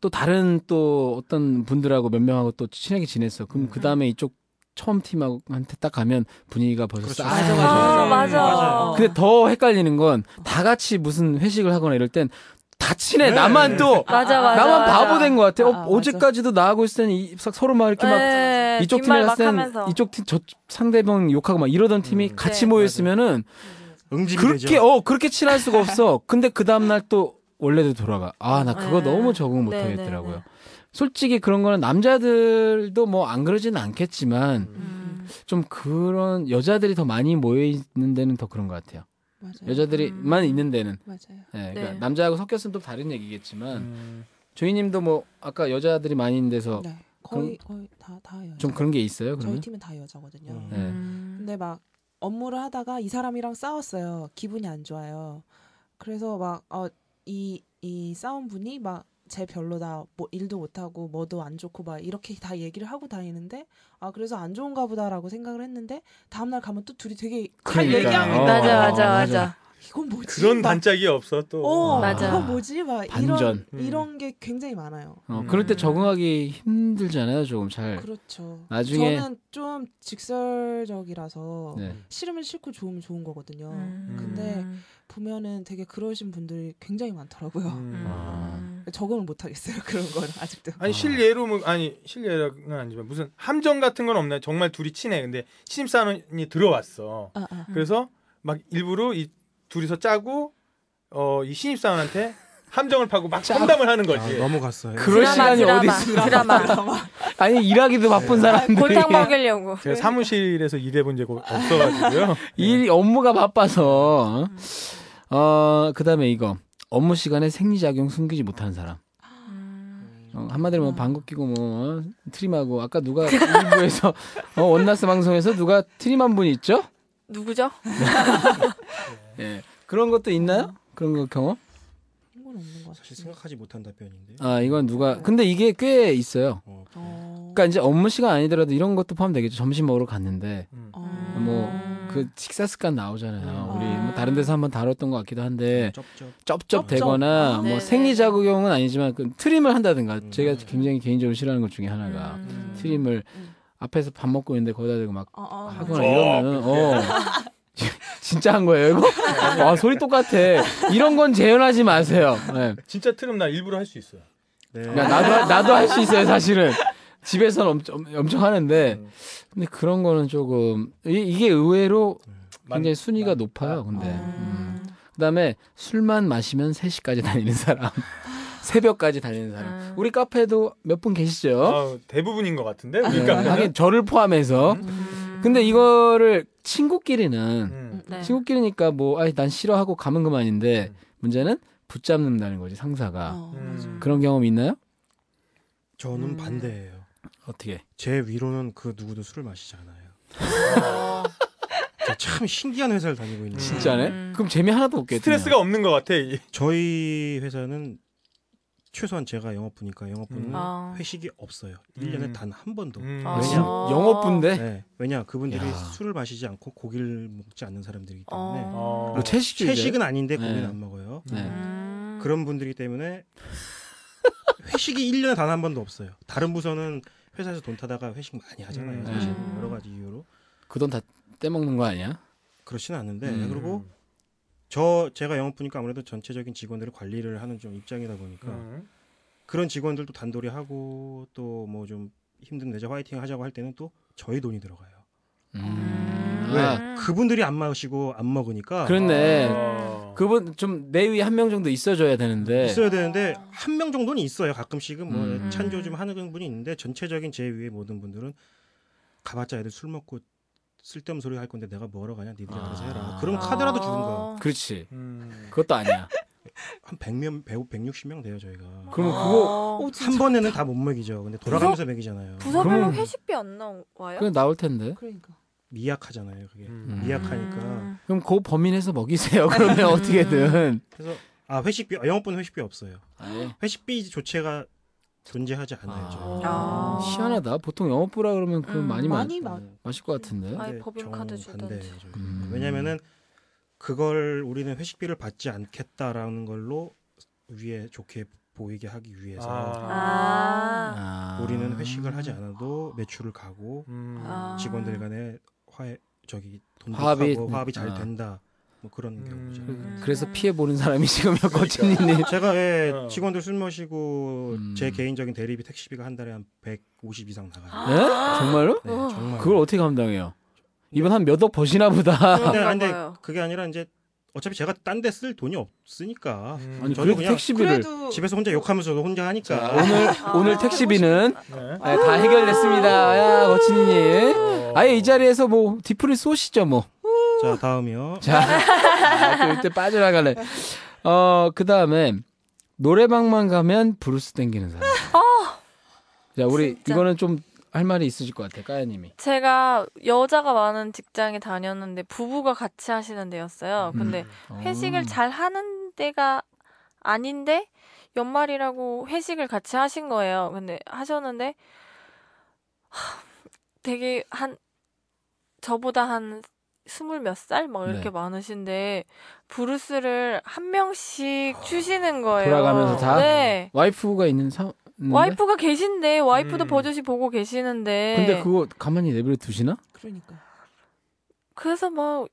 또 다른 또 어떤 분들하고 몇 명하고 또 친하게 지냈어. 그럼 그 다음에 이쪽 처음 팀한테 딱 가면 분위기가 벌써 그렇죠. 싸. 맞아, 아, 맞아. 맞아요. 근데 더 헷갈리는 건 다 같이 무슨 회식을 하거나 이럴 땐 다 친해. 네. 나만 또 맞아 맞아. 나만 맞아. 바보 된 것 같아. 어, 아, 아, 어제까지도 나하고 있을 때는 이- 싹 서로 막 이렇게 막 네, 이쪽 팀에 뒷말 막 갔을 땐 하면서. 이쪽 팀 저 상대방 욕하고 막 이러던 팀이 음. 같이 네. 모여 있으면은 응집이 그렇게 되죠. 어 그렇게 친할 수가 없어. 근데 그 다음 날 또 원래대로 돌아가. 아 나 그거 네. 너무 적응 못 네, 하겠더라고요. 네, 네. 솔직히 그런 거는 남자들도 뭐 안 그러지는 않겠지만 음. 좀 그런 여자들이 더 많이 모여 있는 데는 더 그런 것 같아요. 맞아요. 여자들이만 있는 데는 맞아요. 예, 그러니까 네. 남자하고 섞였으면 또 다른 얘기겠지만 음. 조이님도 뭐 아까 여자들이 많이 있는 데서 네. 거의 거의 다 다 여자. 어. 좀 그런 게 있어요. 저희 그러면 팀은 다 여자거든요. 음. 네. 근데 막 업무를 하다가 이 사람이랑 싸웠어요. 기분이 안 좋아요. 그래서 막어이이 싸운 분이 막 제 별로다. 뭐 일도 못 하고 뭐도 안 좋고 막 이렇게 다 얘기를 하고 다니는데 아 그래서 안 좋은가 보다라고 생각을 했는데 다음 날 가면 또 둘이 되게 잘 그러니까. 얘기하고 어, 맞아 어, 맞아 맞아. 맞아. 이건 뭐지? 그런 막, 반짝이 없어 또. 어, 맞아. 이건 뭐지? 막 반전. 음. 이런 이런 게 굉장히 많아요. 어, 그럴 때 적응하기 힘들잖아요, 조금 잘. 그렇죠. 네. 나중에- 저는 좀 직설적이라서 네. 싫으면 싫고 좋으면 좋은 거거든요. 음. 근데 보면은 되게 그러신 분들이 굉장히 많더라고요. 음. 음. <laughs> 적응을 못 하겠어요. <laughs> 그런 건 아직도. 아니 실례로 뭐 아니 실례는 아니지만 무슨 함정 같은 건 없나요? 정말 둘이 친해. 근데 신입사원이 들어왔어. 아, 음. 아. 그래서 막 일부러 이 둘이서 짜고 어 이 신입사원한테 함정을 파고 막 상담을 하는 아, 거지. 넘어갔어요. 그럴 드라마, 시간이 <laughs> 드라마, 어디 있어? 드라마. <laughs> 아니 일하기도 바쁜 사람들이 골탕 먹이려고. 제가 사무실에서 일해본 <laughs> 적이 없어가지고요. 네. 일 업무가 바빠서 어 그다음에 이거 업무 시간에 생리작용 숨기지 못하는 사람. 음. 어, 한마디로 뭐 방귀 끼고 뭐 어, 트림하고 아까 누가 일부에서 어, 원나스 방송에서 누가 트림한 분이 있죠? 누구죠? 예 그런 것도 있나요? 그런 거 경험? 한건 없는 것 사실 같아요. 생각하지 못한 답변인데. 아 이건 누가 근데 이게 꽤 있어요. 어, 그래요? 어. 그러니까 이제 업무 시간 아니더라도 이런 것도 포함되겠죠. 점심 먹으러 갔는데 음. 어. 뭐 그 식사 습관 나오잖아요. 음. 우리 뭐 다른 데서 한번 다뤘던 것 같기도 한데 쩝쩝. 쩝쩝대거나 쩝쩝. 뭐 네. 생리 작용은 아니지만 그 트림을 한다든가 음. 제가 굉장히 개인적으로 싫어하는 것 중에 하나가 음. 트림을 음. 앞에서 밥 먹고 있는데 거기다 대고 막 어, 어, 하거나 맞아. 이러면은 어 <laughs> 진짜 한 거예요 이거 와 소리 똑같아 이런 건 재현하지 마세요 네. 진짜 트름 나 일부러 할 수 있어요. 네. 야, 아, 나도 하- 나도 할 수 있어요 사실은 집에서는 엄청, 엄청 하는데 근데 그런 거는 조금 이, 게 의외로 굉장히 순위가 높아요 근데 어. 음. 그다음에 술만 마시면 3시까지 다니는 사람 <laughs> 새벽까지 다니는 사람 음. 우리 카페도 몇 분 계시죠 아, 대부분인 것 같은데. 네, 그러니까 하긴 저를 포함해서 음. 근데 이거를 친구끼리는 음. 네. 친구끼리니까 뭐, 아이, 난 싫어하고 가면 그만인데, 음. 문제는 붙잡는다는 거지, 상사가. 어, 음. 아, 그런 경험 있나요? 저는 음. 반대예요. 어떻게? 제 위로는 그 누구도 술을 마시지 않아요. 어. 음. 저참 신기한 회사를 다니고 있는. 진짜네? 음. 그럼 재미 하나도 없겠네. 스트레스가 없는 것 같아. 이- 저희 회사는 최소한 제가 영업부니까 영업부는 음. 아. 회식이 없어요. 음. 1년에 단 한 번도. 음. 아. 왜냐? 왜냐? 어. 영업부인데? 네. 왜냐? 그분들이 야. 술을 마시지 않고 고기를 먹지 않는 사람들이기 때문에 어. 뭐 채식주의자. 채식은 아닌데 고기는 네. 안 먹어요. 네. 음. 그런 분들이 때문에 회식이 1년에 단 한 번도 없어요. 다른 부서는 회사에서 돈 타다가 회식 많이 하잖아요. 음. 사실 음. 여러 가지 이유로. 그 돈 다 떼먹는 거 아니야? 그렇지는 않은데 음. 그리고 저 제가 영업부니까 아무래도 전체적인 직원들을 관리를 하는 좀 입장이다 보니까 음. 그런 직원들도 단돌이 하고 또 뭐 좀 힘든 내자 화이팅 하자고 할 때는 또 저희 돈이 들어가요. 음. 왜 아, 그분들이 안 마시고 안 먹으니까 그렇네. 어. 그분 좀 내 위에 한 명 정도 있어줘야 되는데. 있어야 되는데 한 명 정도는 있어요. 가끔씩은 뭐 네. 음. 찬조 좀 하는 분이 있는데 전체적인 제 위에 모든 분들은 가봤자 애들 술 먹고 쓸데없는 소리 할 건데 내가 뭐하러 가냐 니들이 알아서 해라. 아. 그럼 어. 카드라도 주든가. 그렇지. 음. 그것도 아니야. 한 100명, 160명 돼요 저희가. 그러면 그거, 어, 한 진짜. 번에는 다 못 먹이죠. 근데 돌아가면서 먹이잖아요. 부서별로 그럼- 회식비 안 나와요? 그건 나올 텐데. 그러니까. 미약하잖아요 그게. 음. 미약- 미약하니까. 그럼 그 범인에서 먹이세요. <laughs> 그러면 어떻게든. 그래서 아 회식비 영업부는 회식비 없어요. 아예. 회식비 조체가 존재하지 않아요. 저희. 아. 희한하다. 보통 영업부라 그러면 그건 음, 많이, 많이 많이 마. 마실 것 아니, 같은데. 근데 법인카드 정반대예요, 주던지. 저희. 음. 왜냐면은 그걸 우리는 회식비를 받지 않겠다라는 걸로 위에 좋게 보이게 하기 아. 위해서 아. 아. 우리는 회식을 하지 않아도 매출을 가고 음. 아. 직원들 간에 화 저기 돈도 화합이- 하고 화합이 잘 아. 된다 뭐 그런 경우죠. 음. 그래서 피해 보는 사람이 지금 그러니까. 여거친이니. 제가 왜 어. 직원들 술 마시고 음. 제 개인적인 대리비 택시비가 한 달에 한 150 이상 아. 나가요. 예? 정말로? 네, 정말. 그걸 어떻게 감당해요? 이번 한 몇 억 버시나 보다. 네, 아, 근데, 그런가 근데 봐요. 그게 아니라 이제 어차피 제가 딴 데 쓸 돈이 없으니까 음. 아니 그래도 저도 그냥 그러니까. 택시비를 그래도 집에서 혼자 욕하면서도 혼자 하니까 자, 오늘 오늘 택시비는 아. 네, 다 해결됐습니다. 야 거친이님. 네. 아예 이 자리에서 뭐 디프를 쏘시죠 뭐. 자 다음이요. 자, 네. 아, 또 이때 빠져나갈래. 어, 그 다음에, 노래방만 가면 브루스 땡기는 사람. 자, 우리, 어! 진짜. 이거는 좀 할 말이 있으실 것 같아, 까야님이. 제가 여자가 많은 직장에 다녔는데 부부가 같이 하시는 데였어요. 음. 근데 회식을 잘 하는 데가 아닌데 연말이라고 회식을 같이 하신 거예요. 근데 하셨는데 하, 되게 한 저보다 한 스물 몇 살 막 이렇게 네. 많으신데 브루스를 한 명씩 추시는 거예요. 어, 돌아가면서 다? 네. 와이프가 있는 사 있는데? 와이프가 계신데 와이프도 음. 버젓이 보고 계시는데 근데 그거 가만히 내버려 두시나? <laughs> 그러니까. 그래서 뭐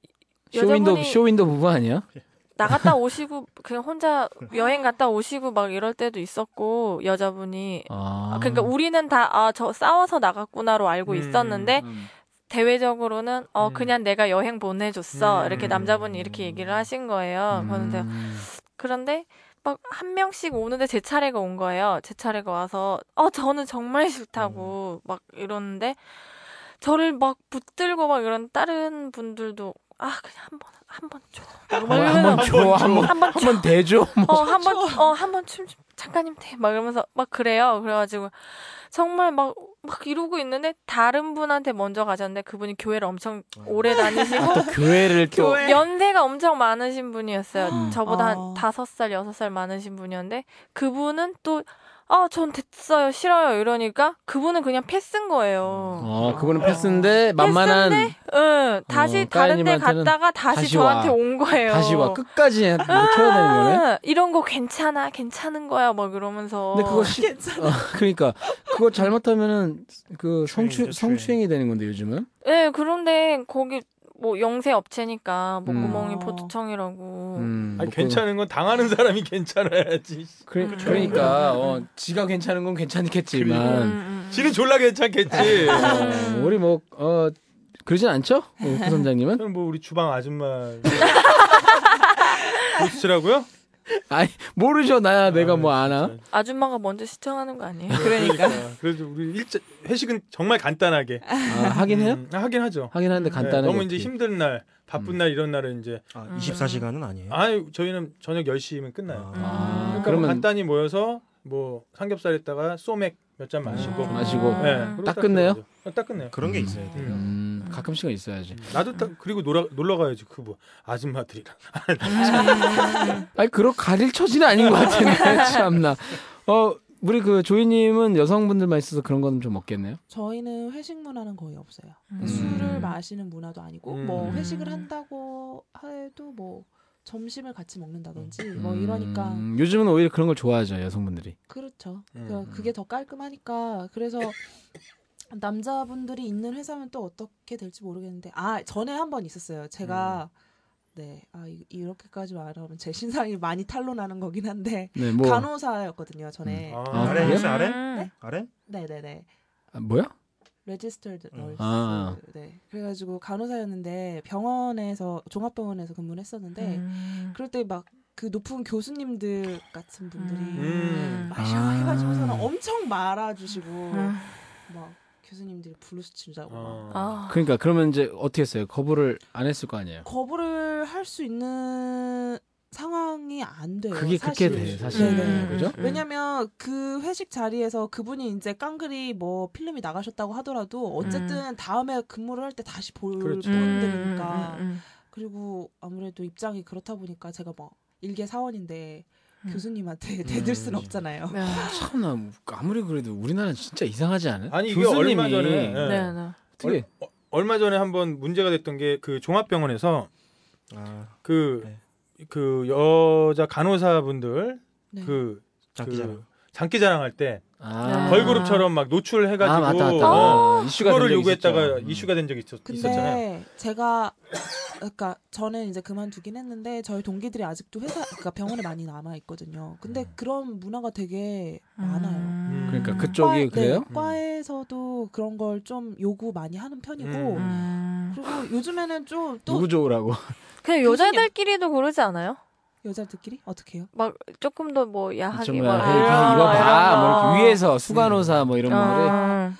쇼윈도 여자분이- 쇼윈도 부부 아니야? <laughs> 나갔다 오시고 그냥 혼자 여행 갔다 오시고 막 이럴 때도 있었고 여자분이 아, 아, 그러니까 우리는 다 아 저 싸워서 나갔구나로 알고 음. 있었는데 음. 대외적으로는 어 음. 그냥 내가 여행 보내줬어 음. 이렇게 남자분이 이렇게 얘기를 하신 거예요. 그런데 음. 그런데 막 한 명씩 오는데 제 차례가 온 거예요. 제 차례가 와서 어 저는 정말 음. 싫다고 막 이러는데 저를 막 붙들고 막 이런 다른 분들도 아 그냥 한번 한번 줘. 어, 한번 줘, 한번 한번 줘. 한번 대줘. 뭐. 어, 한 번, 어, 한 번 춤, 좀 잠깐님 돼. 막 이러면서 막 그래요. 그래가지고 정말 막, 막 이러고 있는데 다른 분한테 먼저 가셨는데 그분이 교회를 엄청 어. 오래 다니시고 <laughs> 교회를 또 교회. 연세가 엄청 많으신 분이었어요. 네. 음. 저보다 어. 한 다섯 살, 여섯 살 많으신 분이었는데 그분은 또 아, 전 됐어요. 싫어요. 이러니까 그분은 그냥 패쓴 거예요. 어, 그거는 패스인데 만만한 응, 다시 어, 다른 데 따님한테는 갔다가 다시, 다시 저한테 와. 온 거예요. 다시 와 끝까지 뭐 쳐야 되는 거네. 아, 이런 거 괜찮아, 괜찮은 거야, 막 이러면서. 근데 그거 시, 어, 그러니까 그거 잘못하면은 그 성추 추행이죠, 추행. 성추행이 되는 건데 요즘은 네, 그런데 거기 뭐 영세 업체니까 뭐 음. 구멍이 어. 보트청이라고. 음, 아니, 뭐 괜찮은 건 당하는 사람이 괜찮아야지. 그거- 음. 그러니까 어, 지가 괜찮은 건 괜찮겠지만 음, 음. 지는 <laughs> 졸라 괜찮겠지. 어, 우리 뭐 어, 그러진 않죠? 어, 구 선장님은 저는 뭐 우리 주방 아줌마 보스라고요? 네, 아니 모르죠 나야 내가 뭐 아나 아줌마가 먼저 시청하는 거 아니에요? 그러니까. 그래서 우리 일자 회식은 정말 간단하게 아, 하긴 해요. 음, 아, 하긴 하죠. 하긴 하는데 네, 간단하게 너무 이제 어떻게. 음. 힘든 날, 바쁜 날 이런 날은 이제 아, 음. 24시간은 아니에요. 아 네. 저희는 저녁 10시면 끝나요. 아, 아, 음. 그러면 그러면 그러니까 뭐 간단히 모여서 뭐 삼겹살 했다가 소맥 몇 잔 마시고 음. 마시고. 네, 음. 그러고 딱 끝내요? 들어가죠. 어, 딱 끝내요. 그런 게 음. 있어요. 음. 음, 가끔씩은 있어야지. 나도 딱 그리고 놀아, 놀러 가야지 그 뭐 아줌마들이랑 아니 그런 가릴 처지는 아닌 것 같은데 <laughs> 참나. 어 우리 그 조이님은 여성분들만 있어서 그런 건 좀 없겠네요. 저희는 회식 문화는 거의 없어요. 그러니까 음. 술을 마시는 문화도 아니고 음. 뭐 음. 회식을 한다고 해도 뭐 점심을 같이 먹는다든지 뭐 음, 이러니까 요즘은 오히려 그런 걸 좋아하죠 여성분들이. 그렇죠. 음. 그러니까 그게 더 깔끔하니까 그래서 <coughs> 남자분들이 있는 회사면 또 어떻게 될지 모르겠는데 아 전에 한 번 있었어요. 제가 음. 네, 아 이- 이렇게까지 말하면 제 <laughs> 신상이 많이 탄로나는 거긴 한데 네, 뭐 간호사였거든요 전에. 아, 아, 아래 그래요? 혹시 아래? 네, 음. 아래? 네네네. 아, 뭐야? 레지스터드 음. 널스. 아. 네. 그래가지고 간호사였는데 병원에서 종합병원에서 근무를 했었는데 음. 그럴 때 막 그 높은 교수님들 같은 분들이 음. 마셔 아. 해가지고서는 엄청 말아주시고 음. 막 교수님들이 블루스 치자고 막 아. 아. 그러니까 그러면 이제 어떻게 했어요? 거부를 안 했을 거 아니에요. 거부를 할 수 있는 상황이 안 돼요. 그게 네, 사실. 그렇게 돼 사실. 네네. 그죠? 음. 왜냐면 그 회식 자리에서 그분이 이제 깡그리 뭐 필름이 나가셨다고 하더라도 어쨌든 다음에 근무를 할 때 다시 볼 그렇죠. 분들이니까 음, 음, 그리고 아무래도 입장이 그렇다 보니까 제가 뭐 일개 사원인데 음. 교수님한테 대들 순 음. 없잖아요. 음. 야, 참나 뭐, 아무리 그래도 우리나라는 진짜 이상하지 않아? 아니, 이게 교수님이 얼마 전에, 예. 네, 네. 어떻게 얼- 어, 얼마 전에 한번 문제가 됐던 게 그 종합병원에서 아, 그 그 네. 여자 간호사분들 네. 그 장기자랑. 그 장기 자랑할 때 네. 아. 걸그룹처럼 막 아 노출해가지고 맞다 맞다. 어, 어, 이슈가 그거를 된적 요구했다가 음. 있었죠. 음. 네. 이슈가 된 적이 있었, 있었잖아요. 근데 제가 그러니까 저는 이제 그만두긴 했는데 저희 동기들이 아직도 회사 그러니까 병원에 많이 남아 있거든요. 음. 근데 그런 문화가 되게 많아요. 음. 그러니까 그쪽이 네, 그래요? 과에서도 그런 걸 좀 요구 많이 하는 편이고 음. 음. 그리고 요즘에는 좀 또 누구 좋으라고? 그냥 여자들끼리도 그러지 않아요? 여자들끼리 어떻게 해요? 막 조금 더 뭐 아, 아, 야하게 정말 막 헤이, 이런 이거 거, 봐. 이런 거. 뭐 이렇게 음. 위에서 수간호사 뭐 이런 말을 어. 아.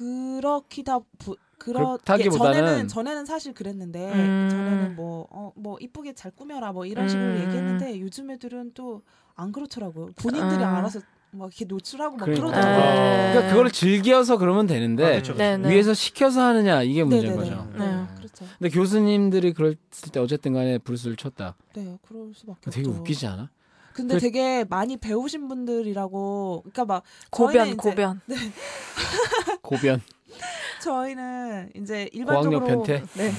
그렇기다 부, 그렇 예, 그렇다기보다는- 전에는 전에는 사실 그랬는데 음. 전에는 뭐어뭐 이쁘게 잘 꾸며라 뭐 이런 식으로 음. 얘기했는데 요즘 애들은 또 안 그렇더라고요 본인들이 아. 알아서 알아서 막 이렇게 노출하고 막 그러니까. 그러더라고요 네. 그러니까 그걸 즐겨서 그러면 되는데 아, 그렇죠. 네, 네. 위에서 시켜서 하느냐 이게 문제인 네네네. 거죠. 네. 그렇죠 근데 교수님들이 그랬을 때 어쨌든 간에 불수를 쳤다. 네 그럴 수밖에 되게 없죠 웃기지 않아? 근데 그- 되게 많이 배우신 분들이라고 그러니까 막 저희는 고변 이제- 고변. 고변. 저희는 이제 고학력 <laughs> 일반적으로 그렇죠. 변태? 네.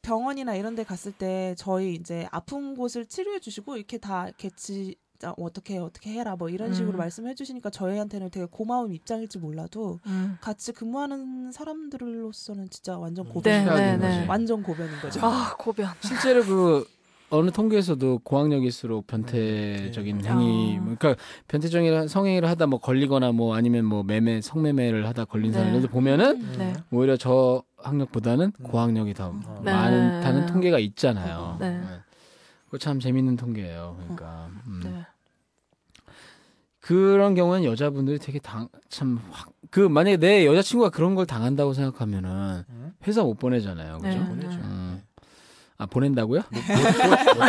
병원이나 이런 데 갔을 때 저희 이제 아픈 곳을 치료해 주시고 이렇게 다 개치 아, 어떻게 해, 어떻게 해라 뭐 이런 식으로 음. 말씀해 주시니까 저희한테는 되게 고마운 입장일지 몰라도 음. 같이 근무하는 사람들로서는 진짜 완전 음. 고백 네, 네, 네. 완전 고백인 거죠. 아 고변. 실제로 그 어느 통계에서도 고학력일수록 변태적인 네. 행위, 아. 그러니까 변태적인 성행위를 하다 뭐 걸리거나 뭐 아니면 뭐 매매 성매매를 하다 걸린 네. 사람들 보면은 네. 음. 오히려 저 학력보다는 음. 고학력이 더 어. 네. 많다는 통계가 있잖아요. 네. 그거 참 재밌는 통계예요. 그러니까 음. 네. 그런 경우는 여자분들이 되게 당참확그 만약에 내 여자친구가 그런 걸 당한다고 생각하면은 음. 회사 못 보내잖아요. 그죠? 네. 보내죠. 음. 네. 아 보낸다고요? 뭐, 보내죠.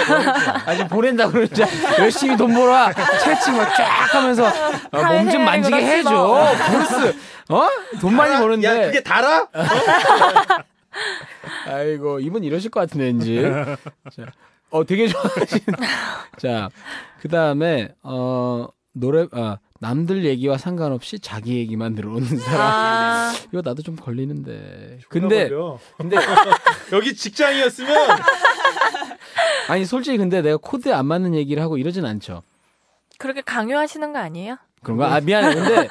아직 보낸다 그러는데 열심히 돈 벌어와 채팅 막쫙 하면서 아, 몸 사회생활 좀 만지게 그렇지 해줘 뭐. 보스 어돈 많이 버는데 아, 야 그게 달아? 아이고 이분 이러실 것 같은데 왠지 자, 어 되게 <laughs> 좋아하시는 자그 다음에 어 노래 아 남들 얘기와 상관없이 자기 얘기만 들어오는 <laughs> 사람 아, 이거 나도 좀 걸리는데 근데 근데 근데 <laughs> 여기 직장이었으면 아니 솔직히 근데 내가 코드에 안 맞는 얘기를 하고 이러진 않죠 그렇게 강요하시는 거 아니에요? 그런가? 아 네. 미안해. <laughs> 근데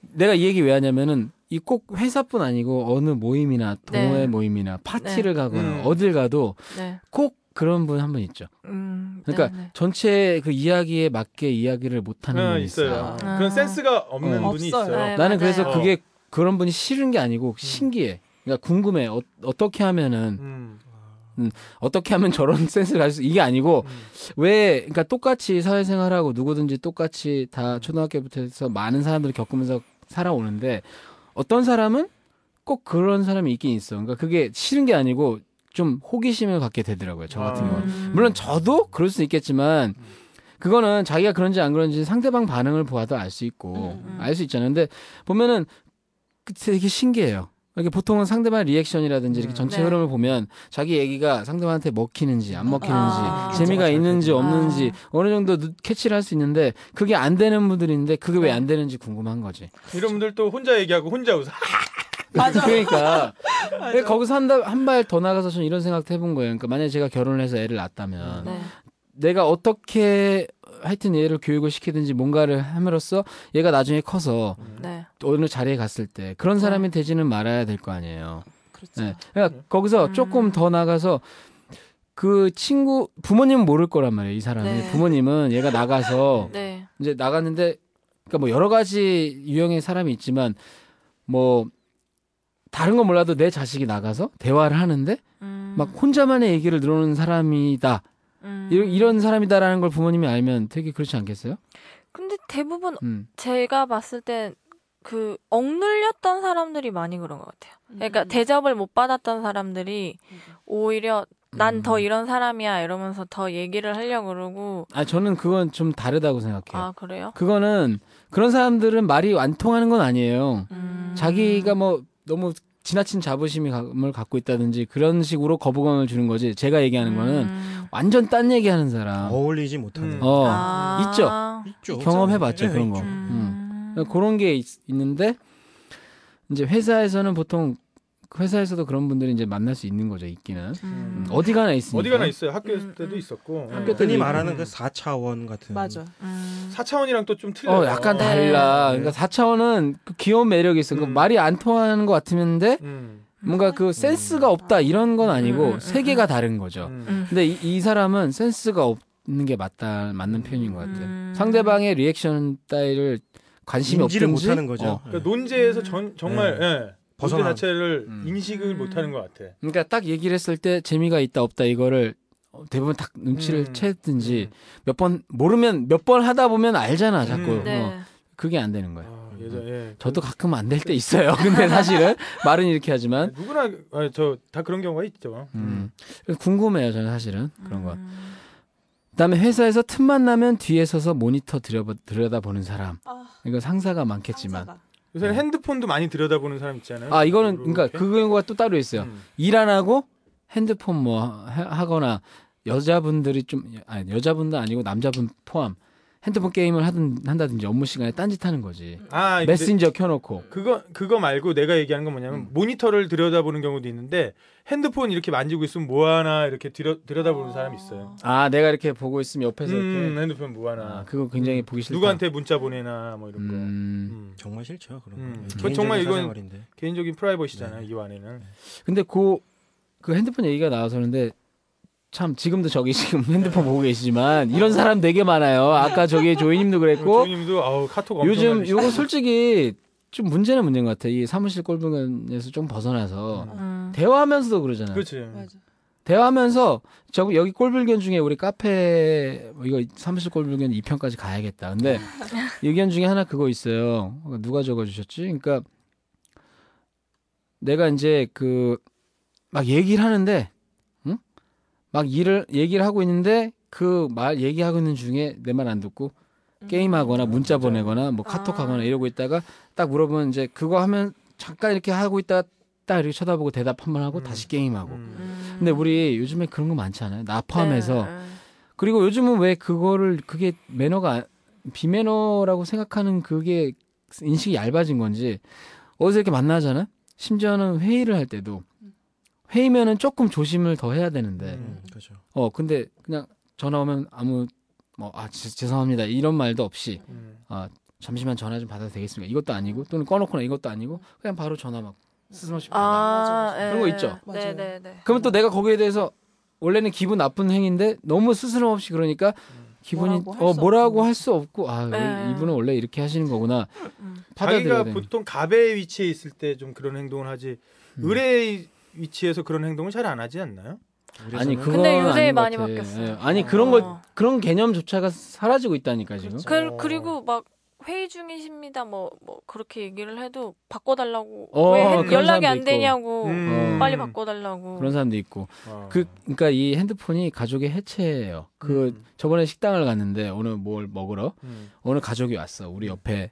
내가 이 얘기 왜 하냐면은 이 꼭 회사뿐 아니고 어느 모임이나 동호회 네. 모임이나 파티를 가거나 음. 어딜 가도 네. 꼭 그런 분 한 분 있죠. 음. 그러니까 네, 네. 전체 그 이야기에 맞게 이야기를 못하는 어, 분이 있어요. 있어요. 아. 그런 센스가 없는 어. 분이 없어요. 있어요. 네, 나는 그래서 맞아요. 그게 그런 분이 싫은 게 아니고 신기해. 그러니까 궁금해. 어, 떻게 하면은 음. 어떻게 하면 <laughs> 저런 센스를 가질 수 이게 아니고 음. 왜 그러니까 똑같이 사회생활하고 누구든지 똑같이 음. 다 초등학교부터 해서 많은 사람들을 겪으면서 살아오는데 어떤 사람은 꼭 그런 사람이 있긴 있어. 그러니까 그게 싫은 게 아니고 좀 호기심을 갖게 되더라고요. 저 같은 아. 경우. 음. 물론 저도 그럴 수 있겠지만 그거는 자기가 그런지 안 그런지 상대방 반응을 보아도 알 수 있고 음, 음. 알 수 있잖아요. 근데 보면은 그 되게 신기해요. 이렇게 보통은 상대방 리액션이라든지 이렇게 음. 전체 네. 흐름을 보면 자기 얘기가 상대방한테 먹히는지 안 먹히는지 아. 그렇죠, 재미가 있는지 아. 없는지 어느 정도 누- 캐치를 할 수 있는데 그게 안 되는 분들인데 그게 네. 왜 안 되는지 궁금한 거지. 이런 분들 또 혼자 얘기하고 혼자 웃어. <laughs> 맞아. 그러니까 <laughs> 맞아. 거기서 한 발 더 나가서 저는 이런 생각도 해본 거예요. 그러니까 만약에 제가 결혼을 해서 애를 낳았다면 네. 내가 어떻게 하여튼 얘를 교육을 시키든지 뭔가를 함으로써 얘가 나중에 커서 네. 어느 자리에 갔을 때 그런 사람이 되지는 말아야 될 거 아니에요. 그렇죠. 네. 그러니까 거기서 음. 조금 더 나가서 그 친구 부모님은 모를 거란 말이에요. 이 사람이 네. 부모님은 <laughs> 얘가 나가서 네. 이제 나갔는데 그러니까 뭐 여러 가지 유형의 사람이 있지만 뭐 다른 건 몰라도 내 자식이 나가서 대화를 하는데 음. 막 혼자만의 얘기를 늘어놓는 사람이다. 음. 이런, 이런 사람이다라는 걸 부모님이 알면 되게 그렇지 않겠어요? 근데 대부분 음. 제가 봤을 땐 그 억눌렸던 사람들이 많이 그런 것 같아요. 그러니까 음. 대접을 못 받았던 사람들이 오히려 난 더 음. 이런 사람이야 이러면서 더 얘기를 하려고 그러고 아 저는 그건 좀 다르다고 생각해요. 아 그래요? 그거는 그런 사람들은 말이 안 통하는 건 아니에요. 음. 자기가 뭐 너무 지나친 자부심을 갖고 있다든지 그런 식으로 거부감을 주는 거지. 제가 얘기하는 거는 음. 완전 딴 얘기하는 사람. 어울리지 못하는. 음. 어 아. 있죠. 있죠. 어, 경험해봤죠, 예, 그런 있죠. 거. 음. 그런 게 있, 는데 이제 회사에서는 보통 회사에서도 그런 분들이 이제 만날 수 있는 거죠. 있기는 음. 음, 어디 가나 있습니다. 어디 가나 있어요. 학교 음, 때도 음. 있었고. 학교 흔히 음. 말하는 그 4차원 같은. 맞아. 음. 4차원이랑 또 좀 틀려요. 어, 약간 네. 달라. 그러니까 4차원은 그 귀여운 매력이 있어. 그 음. 말이 안 통하는 것 같으면데 음. 뭔가 그 세스가 없다 이런 음, 건 음, 아니고 음, 세계가 다른 거죠. 음. 음. 근데 이, 이 사람은 센스가 없는 게 맞다 맞는 표현인 것 같아요. 음. 상대방의 리액션 따위를 관심이 인지를 없든지 못하는 거죠. 어. 그러니까 논제에서 전, 정말 예. 문제 음. 벗어난. 자체를 음. 인식을 음. 못하는 것 같아. 그러니까 딱 얘기를 했을 때 재미가 있다 없다 이거를 어, 대부분 딱 눈치를 음. 채든지 몇 번 모르면 몇 번 하다 보면 알잖아 자꾸 음. 어, 네. 그게 안 되는 거예요. 아, 예전 예. 저도 가끔 안 될 때 있어요. <laughs> 근데 사실은 말은 이렇게 아, 하지만 누구나 아, 저다 그런 경우가 있죠. 음. 궁금해요 저는 사실은 그런 거. 음. 그다음에 회사에서 틈만 나면 뒤에 서서 모니터 들여다, 들여다보는 사람. 아, 이건 상사가 많겠지만. 상사가. 요새 음. 는 핸드폰도 많이 들여다보는 사람 있잖아요. 아 이거는 그러니까 이렇게. 그 경우가 또 따로 있어요. 음. 일 안 하고 핸드폰 뭐 하- 하거나 여자분들이 좀 아니 여자분도 아니고 남자분 포함 핸드폰 게임을 하든 한다든지 업무 시간에 딴짓 하는 거지. 아 근데 메신저 음. 켜놓고. 그거 그거 말고 내가 얘기하는 건 뭐냐면 모니터를 들여다보는 경우도 있는데 핸드폰 이렇게 만지고 있으면 뭐 하나 이렇게 들여, 들여다보는 사람이 있어요. 아 내가 이렇게 보고 있으면 옆에서 음, 이렇게. 핸드폰 뭐 하나. 아 그거 굉장히 보기 싫다. 누구한테 문자 보내나 뭐 이런 거. 음. 음. 정말 싫죠 그런 거. 음. 예, 그건 개인적인 정말 이건- 사생활인데. 개인적인 프라이버시잖아요 네. 이 안에는. 근데 그, 그 핸드폰 얘기가 나와서는데 참 지금도 저기 지금 <laughs> 핸드폰 보고 계시지만 이런 사람 되게 많아요. 아까 저기 조이님도 그랬고 어, 조님도 아우 카톡 엄청 요즘 날리시고. 요거 솔직히 좀 문제는 문제인 것 같아. 이 사무실 꼴분에서 좀 벗어나서 음. 대화하면서도 그러잖아. 요 그렇지. 맞아. 대화하면서 저 여기 꼴불견 중에 우리 카페 뭐 이거 사무실 꼴불견 2편까지 가야겠다. 근데 의견 중에 하나 그거 있어요. 누가 적어주셨지? 그러니까 내가 이제 그 막 얘기를 하는데, 응? 막 일을 얘기를 하고 있는데 그 말 얘기하고 있는 중에 내 말 안 듣고 음. 음. 게임하거나 문자 보내거나 뭐 카톡하거나 이러고 있다가 딱 물어보면 이제 그거 하면 잠깐 이렇게 하고 있다가 딱 이렇게 쳐다보고 대답 한 번 하고 음. 다시 게임하고. 음. 음. 근데 우리 요즘에 그런 거 많지 않아요? 나 포함해서. 네, 네. 그리고 요즘은 왜 그거를 그게 매너가 아- 비매너라고 생각하는 그게 인식이 얇아진 건지 어디서 이렇게 만나잖아? 심지어는 회의를 할 때도 회의면은 조금 조심을 더 해야 되는데 음, 그렇죠. 어 근데 그냥 전화 오면 아무 뭐아 죄송합니다 이런 말도 없이 음. 아 잠시만 전화 좀 받아도 되겠습니까? 이것도 아니고 또는 꺼놓거나 이것도 아니고 그냥 바로 전화 막 스스럼없이 음. 받아. 아, 맞아, 예. 그런 거 있죠? 맞아요. 네, 네, 네. 그러면 또 내가 거기에 대해서 원래는 기분 나쁜 행위인데 너무 스스럼없이 그러니까 기분이 뭐라고 할 어 수 뭐라고 없구나. 할 수 없고 아 네. 이분은 원래 이렇게 하시는 거구나 음. 받아들여야 자기가 돼. 보통 갑의 위치에 있을 때 좀 그런 행동을 하지 음. 의뢰의 위치에서 그런 행동을 잘 안 하지 않나요? 아니 그건 근데 요새 아닌 것 많이 같아. 바뀌었어요. 예. 아니 그런 거 어. 그런 개념조차가 사라지고 있다니까 지금. 그, 어. 그리고 막 회의 중이십니다. 뭐, 뭐 그렇게 얘기를 해도 바꿔달라고 어, 왜 해- 그런 연락이 사람도 안 있고. 되냐고 음. 어, 빨리 바꿔달라고. 그런 사람도 있고 어. 그 그러니까 이 핸드폰이 가족의 해체예요. 그 음. 저번에 식당을 갔는데 오늘 뭘 먹으러 음. 오늘 가족이 왔어. 우리 옆에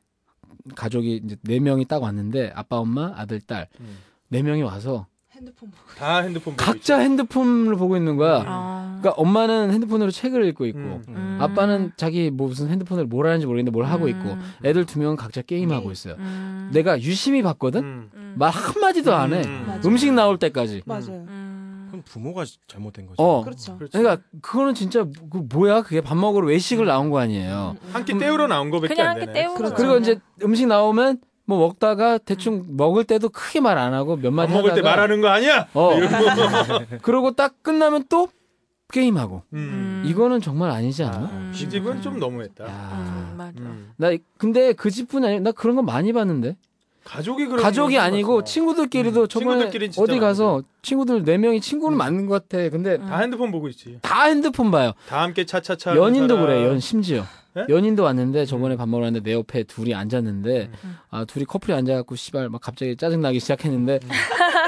가족이 이제 네 명이 딱 왔는데 아빠 엄마 아들 딸 네 음. 명이 와서 핸드폰 음. 보고 다 핸드폰 보고 각자 있죠. 핸드폰을 보고 있는 거야. 아. 그러니까 엄마는 핸드폰으로 책을 읽고 있고 음. 음. 아빠는 자기 뭐 무슨 핸드폰으로 뭘 하는지 모르겠는데 뭘 하고 있고 음. 애들 두 명은 각자 게임하고 있어요. 음. 내가 유심히 봤거든. 음. 음. 말 한마디도 네? 안 해. 음. 맞아. 음식 나올 때까지. 맞아요. 음. 그럼 부모가 잘못된 거죠. 어. 그렇죠. 그렇죠. 그러니까 그거는 진짜 그 뭐야? 그게 밥 먹으러 외식을 나온 거 음, 아니에요. 한 끼 때우러 나온 거밖에 그냥 안 한끼 되네. 때우러 그렇죠. 그리고 나오네. 이제 음식 나오면 뭐 먹다가 대충 먹을 때도 크게 말 안 하고 몇 밥 마디 먹을 때 하다가 말하는 거 아니야? 어. 이러고. 그러고 딱 끝나면 또 게임하고. 음. 음. 이거는 정말 아니지 않아? 아, 음. 이 집은 좀 너무했다. 야. 음, 맞아. 음. 나 이- 근데 그 집뿐이 아니라 나 그런 거 많이 봤는데. 가족이 그런 가족이 것 아니고 같아요. 친구들끼리도 음, 저번에 친구들끼리 진짜 어디 가서 친구들 네 명이 친구는 음. 맞는 것 같아. 근데 음. 다 핸드폰 보고 있지. 다 핸드폰 봐요. 다 함께 차차차. 하는 연인도 사람. 그래. 연 심지어. 예? 음. 연인도 왔는데 저번에 밥 먹으러 왔는데 내 옆에 둘이 앉았는데 음. 아 둘이 커플이 앉아갖고 씨발 막 갑자기 짜증 나기 시작했는데 음.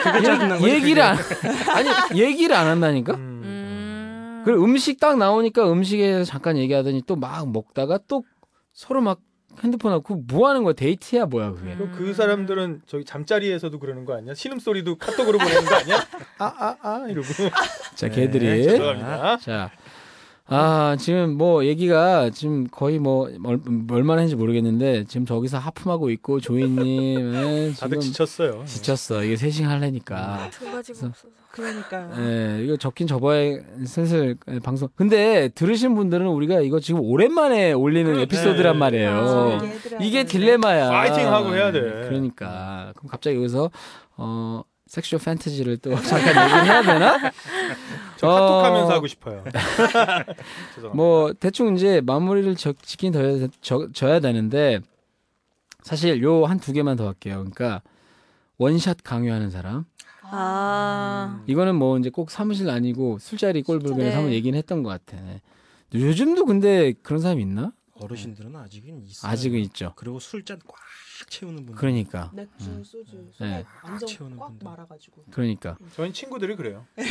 그게 짜증난 거지, 얘기를 그게. 안 <laughs> 아니 얘기를 안 한다니까. 음. 음. 그리고 음식 딱 나오니까 음식에 잠깐 얘기하더니 또 막 먹다가 또 서로 막 핸드폰 하고 뭐 하는 거야 데이트야 뭐야 그게. 그럼 그 사람들은 저기 잠자리에서도 그러는 거 아니야? 신음소리도 카톡으로 보내는 거 <laughs> 아니야? 아, 아, 아, 이러고. 자 네, 걔들이 죄송합니다. 자. 아, 지금 뭐 얘기가 지금 거의 뭐 얼, 얼마나 했는지 모르겠는데 지금 저기서 하품하고 있고 조이님은 <laughs> 다들 지금 음. 지쳤어요. 지쳤어. 이게 세싱 하려니까. 두 가지가 없어서. 그러니까요. 예, 이거 접긴 접어야 슬슬 예, 방송. 근데 들으신 분들은 우리가 이거 지금 오랜만에 올리는 그래, 에피소드란 네. 말이에요. 아, 얘들아, 어. 이게 얘들아. 딜레마야. 파이팅 하고 해야 돼. 그러니까. 그럼 갑자기 여기서 어 섹슈얼 팬타지를 <laughs> 또 잠깐 얘기를 해야 되나? 저 카톡하면서 하고 <laughs> 싶어요. 죄송합니다. 뭐 대충 이제 마무리를 적, 짓긴 더, 져, 져야 되는데 사실 요 한 두 개만 더 할게요. 그러니까 원샷 강요하는 사람. 아. 이거는 뭐 이제 꼭 사무실 아니고 술자리 꼴불견에서 네. 한번 얘기는 했던 것 같아. 요즘도 근데 그런 사람 있나? 어르신들은 아직은 있어요. 아직은 있죠. 그리고 술잔 꽉 채우는 분들. 그러니까, 맥주, 소주, 네. 소맥 완전 채우는 꽉 분들. 말아가지고. 그러니까. 저희 <laughs> 친구들이 그래요. 음.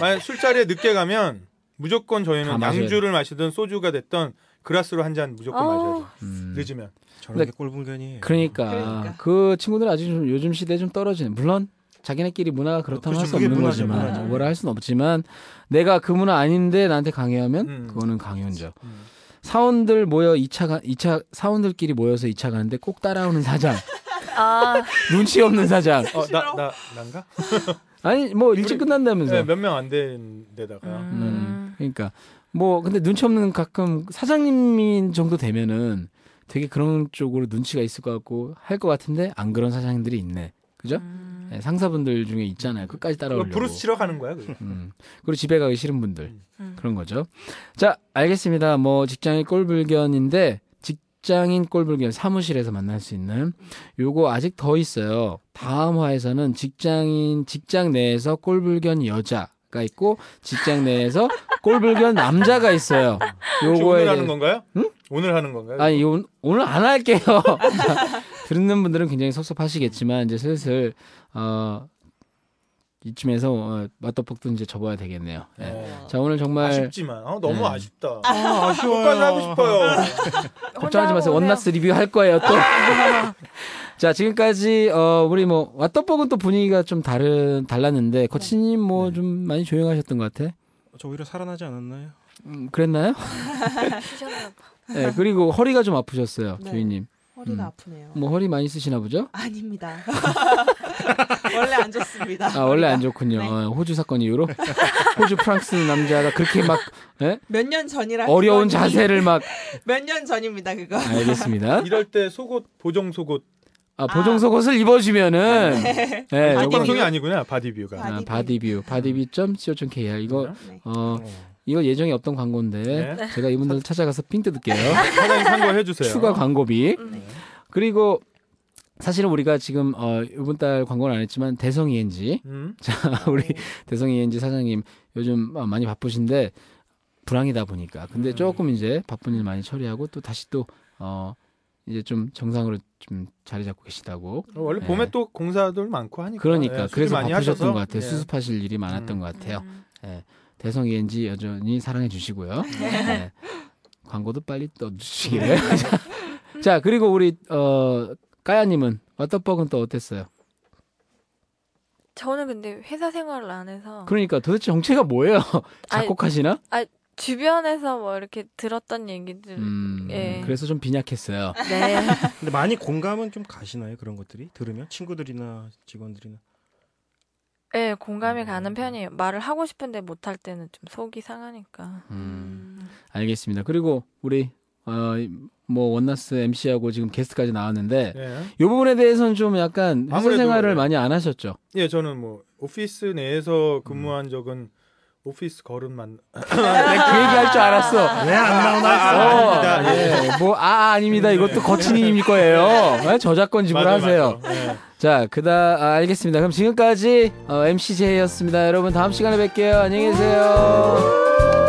만약 술자리에 늦게 가면 무조건 다 저희는 마셔야 양주를 마시든 소주가 됐던 그라스로 한 잔 무조건 아우. 마셔야죠. 음. 늦으면. 저런 근데- 게 꼴분견이에요. 그러니까 그러니까. 그 친구들 은 아직 좀 요즘 시대에 좀 떨어지는 물론 자기네끼리 문화가 그렇다면 그렇죠. 할 수 그게 없는 문화죠, 거지만 문화죠. 뭐라 할 수는 없지만 내가 그 문화 아닌데 나한테 강요하면 음. 그거는 강요죠. 음. 사원들 모여 2차 가, 2차 사원들끼리 모여서 2차 가는데 꼭 따라오는 사장. <laughs> 아, 눈치 없는 사장. 어, 나, 나, 난가? 아니 뭐 일찍 우리- 끝난다면서. 네, 몇 명 안 된 데다가. 네. 음. 음. 그러니까 뭐 근데 눈치 없는 가끔 사장님인 정도 되면은 되게 그런 쪽으로 눈치가 있을 것 같고 할 것 같은데 안 그런 사장님들이 있네. 그죠? 음. 예, 상사분들 중에 있잖아요. 끝까지 그거 따라오려고. 브루스 치러 가는 거야, 그거. 음. 그리고 집에 가기 싫은 분들 음. 그런 거죠. 자, 알겠습니다. 뭐 직장인 꼴불견인데 직장인 꼴불견 사무실에서 만날 수 있는 요거 아직 더 있어요. 다음 화에서는 직장인 직장 내에서 꼴불견 여자가 있고 직장 내에서 꼴불견 남자가 있어요. 혹시 요거에 오늘 대해- 하는 건가요? 오늘 하는 건가요? 아니 요- 오늘 안 할게요. 자, 듣는 분들은 굉장히 섭섭하시겠지만 이제 슬슬 어 이쯤에서 어, 맛도폭도 이제 접어야 되겠네요. 예. 어. 자 오늘 정말 아쉽지만 어, 너무 네. 아쉽다. 아, 끝까지 하고 싶어요. 걱정하지 혼자 마세요. 오세요. 원나스 리뷰 할 거예요 또. 자 지금까지 어 우리 뭐 왓더폭은 또 분위기가 좀 다른 달랐는데 거치님 뭐 좀 많이 조용하셨던 것 같아. 저 오히려 살아나지 않았나요? 음, 그랬나요? 쉬셨나 봐. 네 그리고 허리가 좀 아프셨어요 네. 조이님. 허리가 음. 아프네요. 뭐 허리 많이 쓰시나 보죠? 아닙니다. <laughs> 원래 안 좋습니다. 아 원래 안 좋군요. 네. 어, 호주 사건 이후로 호주 프랑스 남자가 그렇게 막 예? 몇 년 전이라 어려운 자세를 막 몇년 전입니다 그거. 알겠습니다. 이럴 때 속옷 보정 속옷 아 보정 속옷을 입어주면은 예, 아, 요거- 이 방송이 아니구나 바디뷰가. 아, 아, 바디뷰 바디뷰.co.kr 이거 네. 어 어. 이거 예정이 없던 광고인데 네. 제가 이분들 찾아가서 핑 뜯을게요. <laughs> 사장님 참고 해주세요. 네. 추가 광고비. 음. 그리고 사실은 우리가 지금 어 이번 달 광고는 안 했지만 대성 ENG 음. <laughs> 우리 대성 ENG 사장님 요즘 어, 많이 바쁘신데 불황이다 보니까 음. 근데 조금 이제 바쁜 일 많이 처리하고 또 다시 또 어 이제 좀 정상으로 좀 자리 잡고 계시다고 원래 네. 봄에 또 공사들 많고 하니까. 그러니까 예, 수주 그래서 많이 바쁘셨던 하셔서. 것 같아요 예. 수습하실 일이 많았던 음. 것 같아요 음. 대성 ENG 여전히 사랑해 주시고요. 네. 광고도 빨리 네. 떠주시기를. <laughs> 자 그리고 우리 어 까야님은 왓더벅은 또 어땠어요? 저는 근데 회사 생활을 안 해서 그러니까 도대체 정체가 뭐예요? 작곡하시나? 주변에서 뭐 이렇게 들었던 얘기들 음, 예. 그래서 좀 빈약했어요. <laughs> 네. 근데 많이 공감은 좀 가시나요? 그런 것들이 들으면 친구들이나 직원들이나 예, 공감이 가는 음. 편이에요. 말을 하고 싶은데 못 할 때는 좀 속이 상하니까. 음, 알겠습니다. 그리고 우리 어뭐 원나스 MC하고 지금 게스트까지 나왔는데 예. 이 부분에 대해서는 좀 약간 회사 아무래도, 생활을 네. 많이 안 하셨죠? 예, 저는 뭐 오피스 내에서 음. 근무한 적은 오피스 걸음만 내가 그 얘기할 줄 알았어. 아, 예, 왜 안 나오나? 어, 예. 뭐, 아, 아닙니다. 이것도 거친님일 거예요. 네, 저작권 지불하세요. 네. 맞아요. 예. 자, 그다, 아, 알겠습니다. 그럼 지금까지 어, MC제이였습니다. 여러분, 다음 시간에 뵐게요. 안녕히 계세요.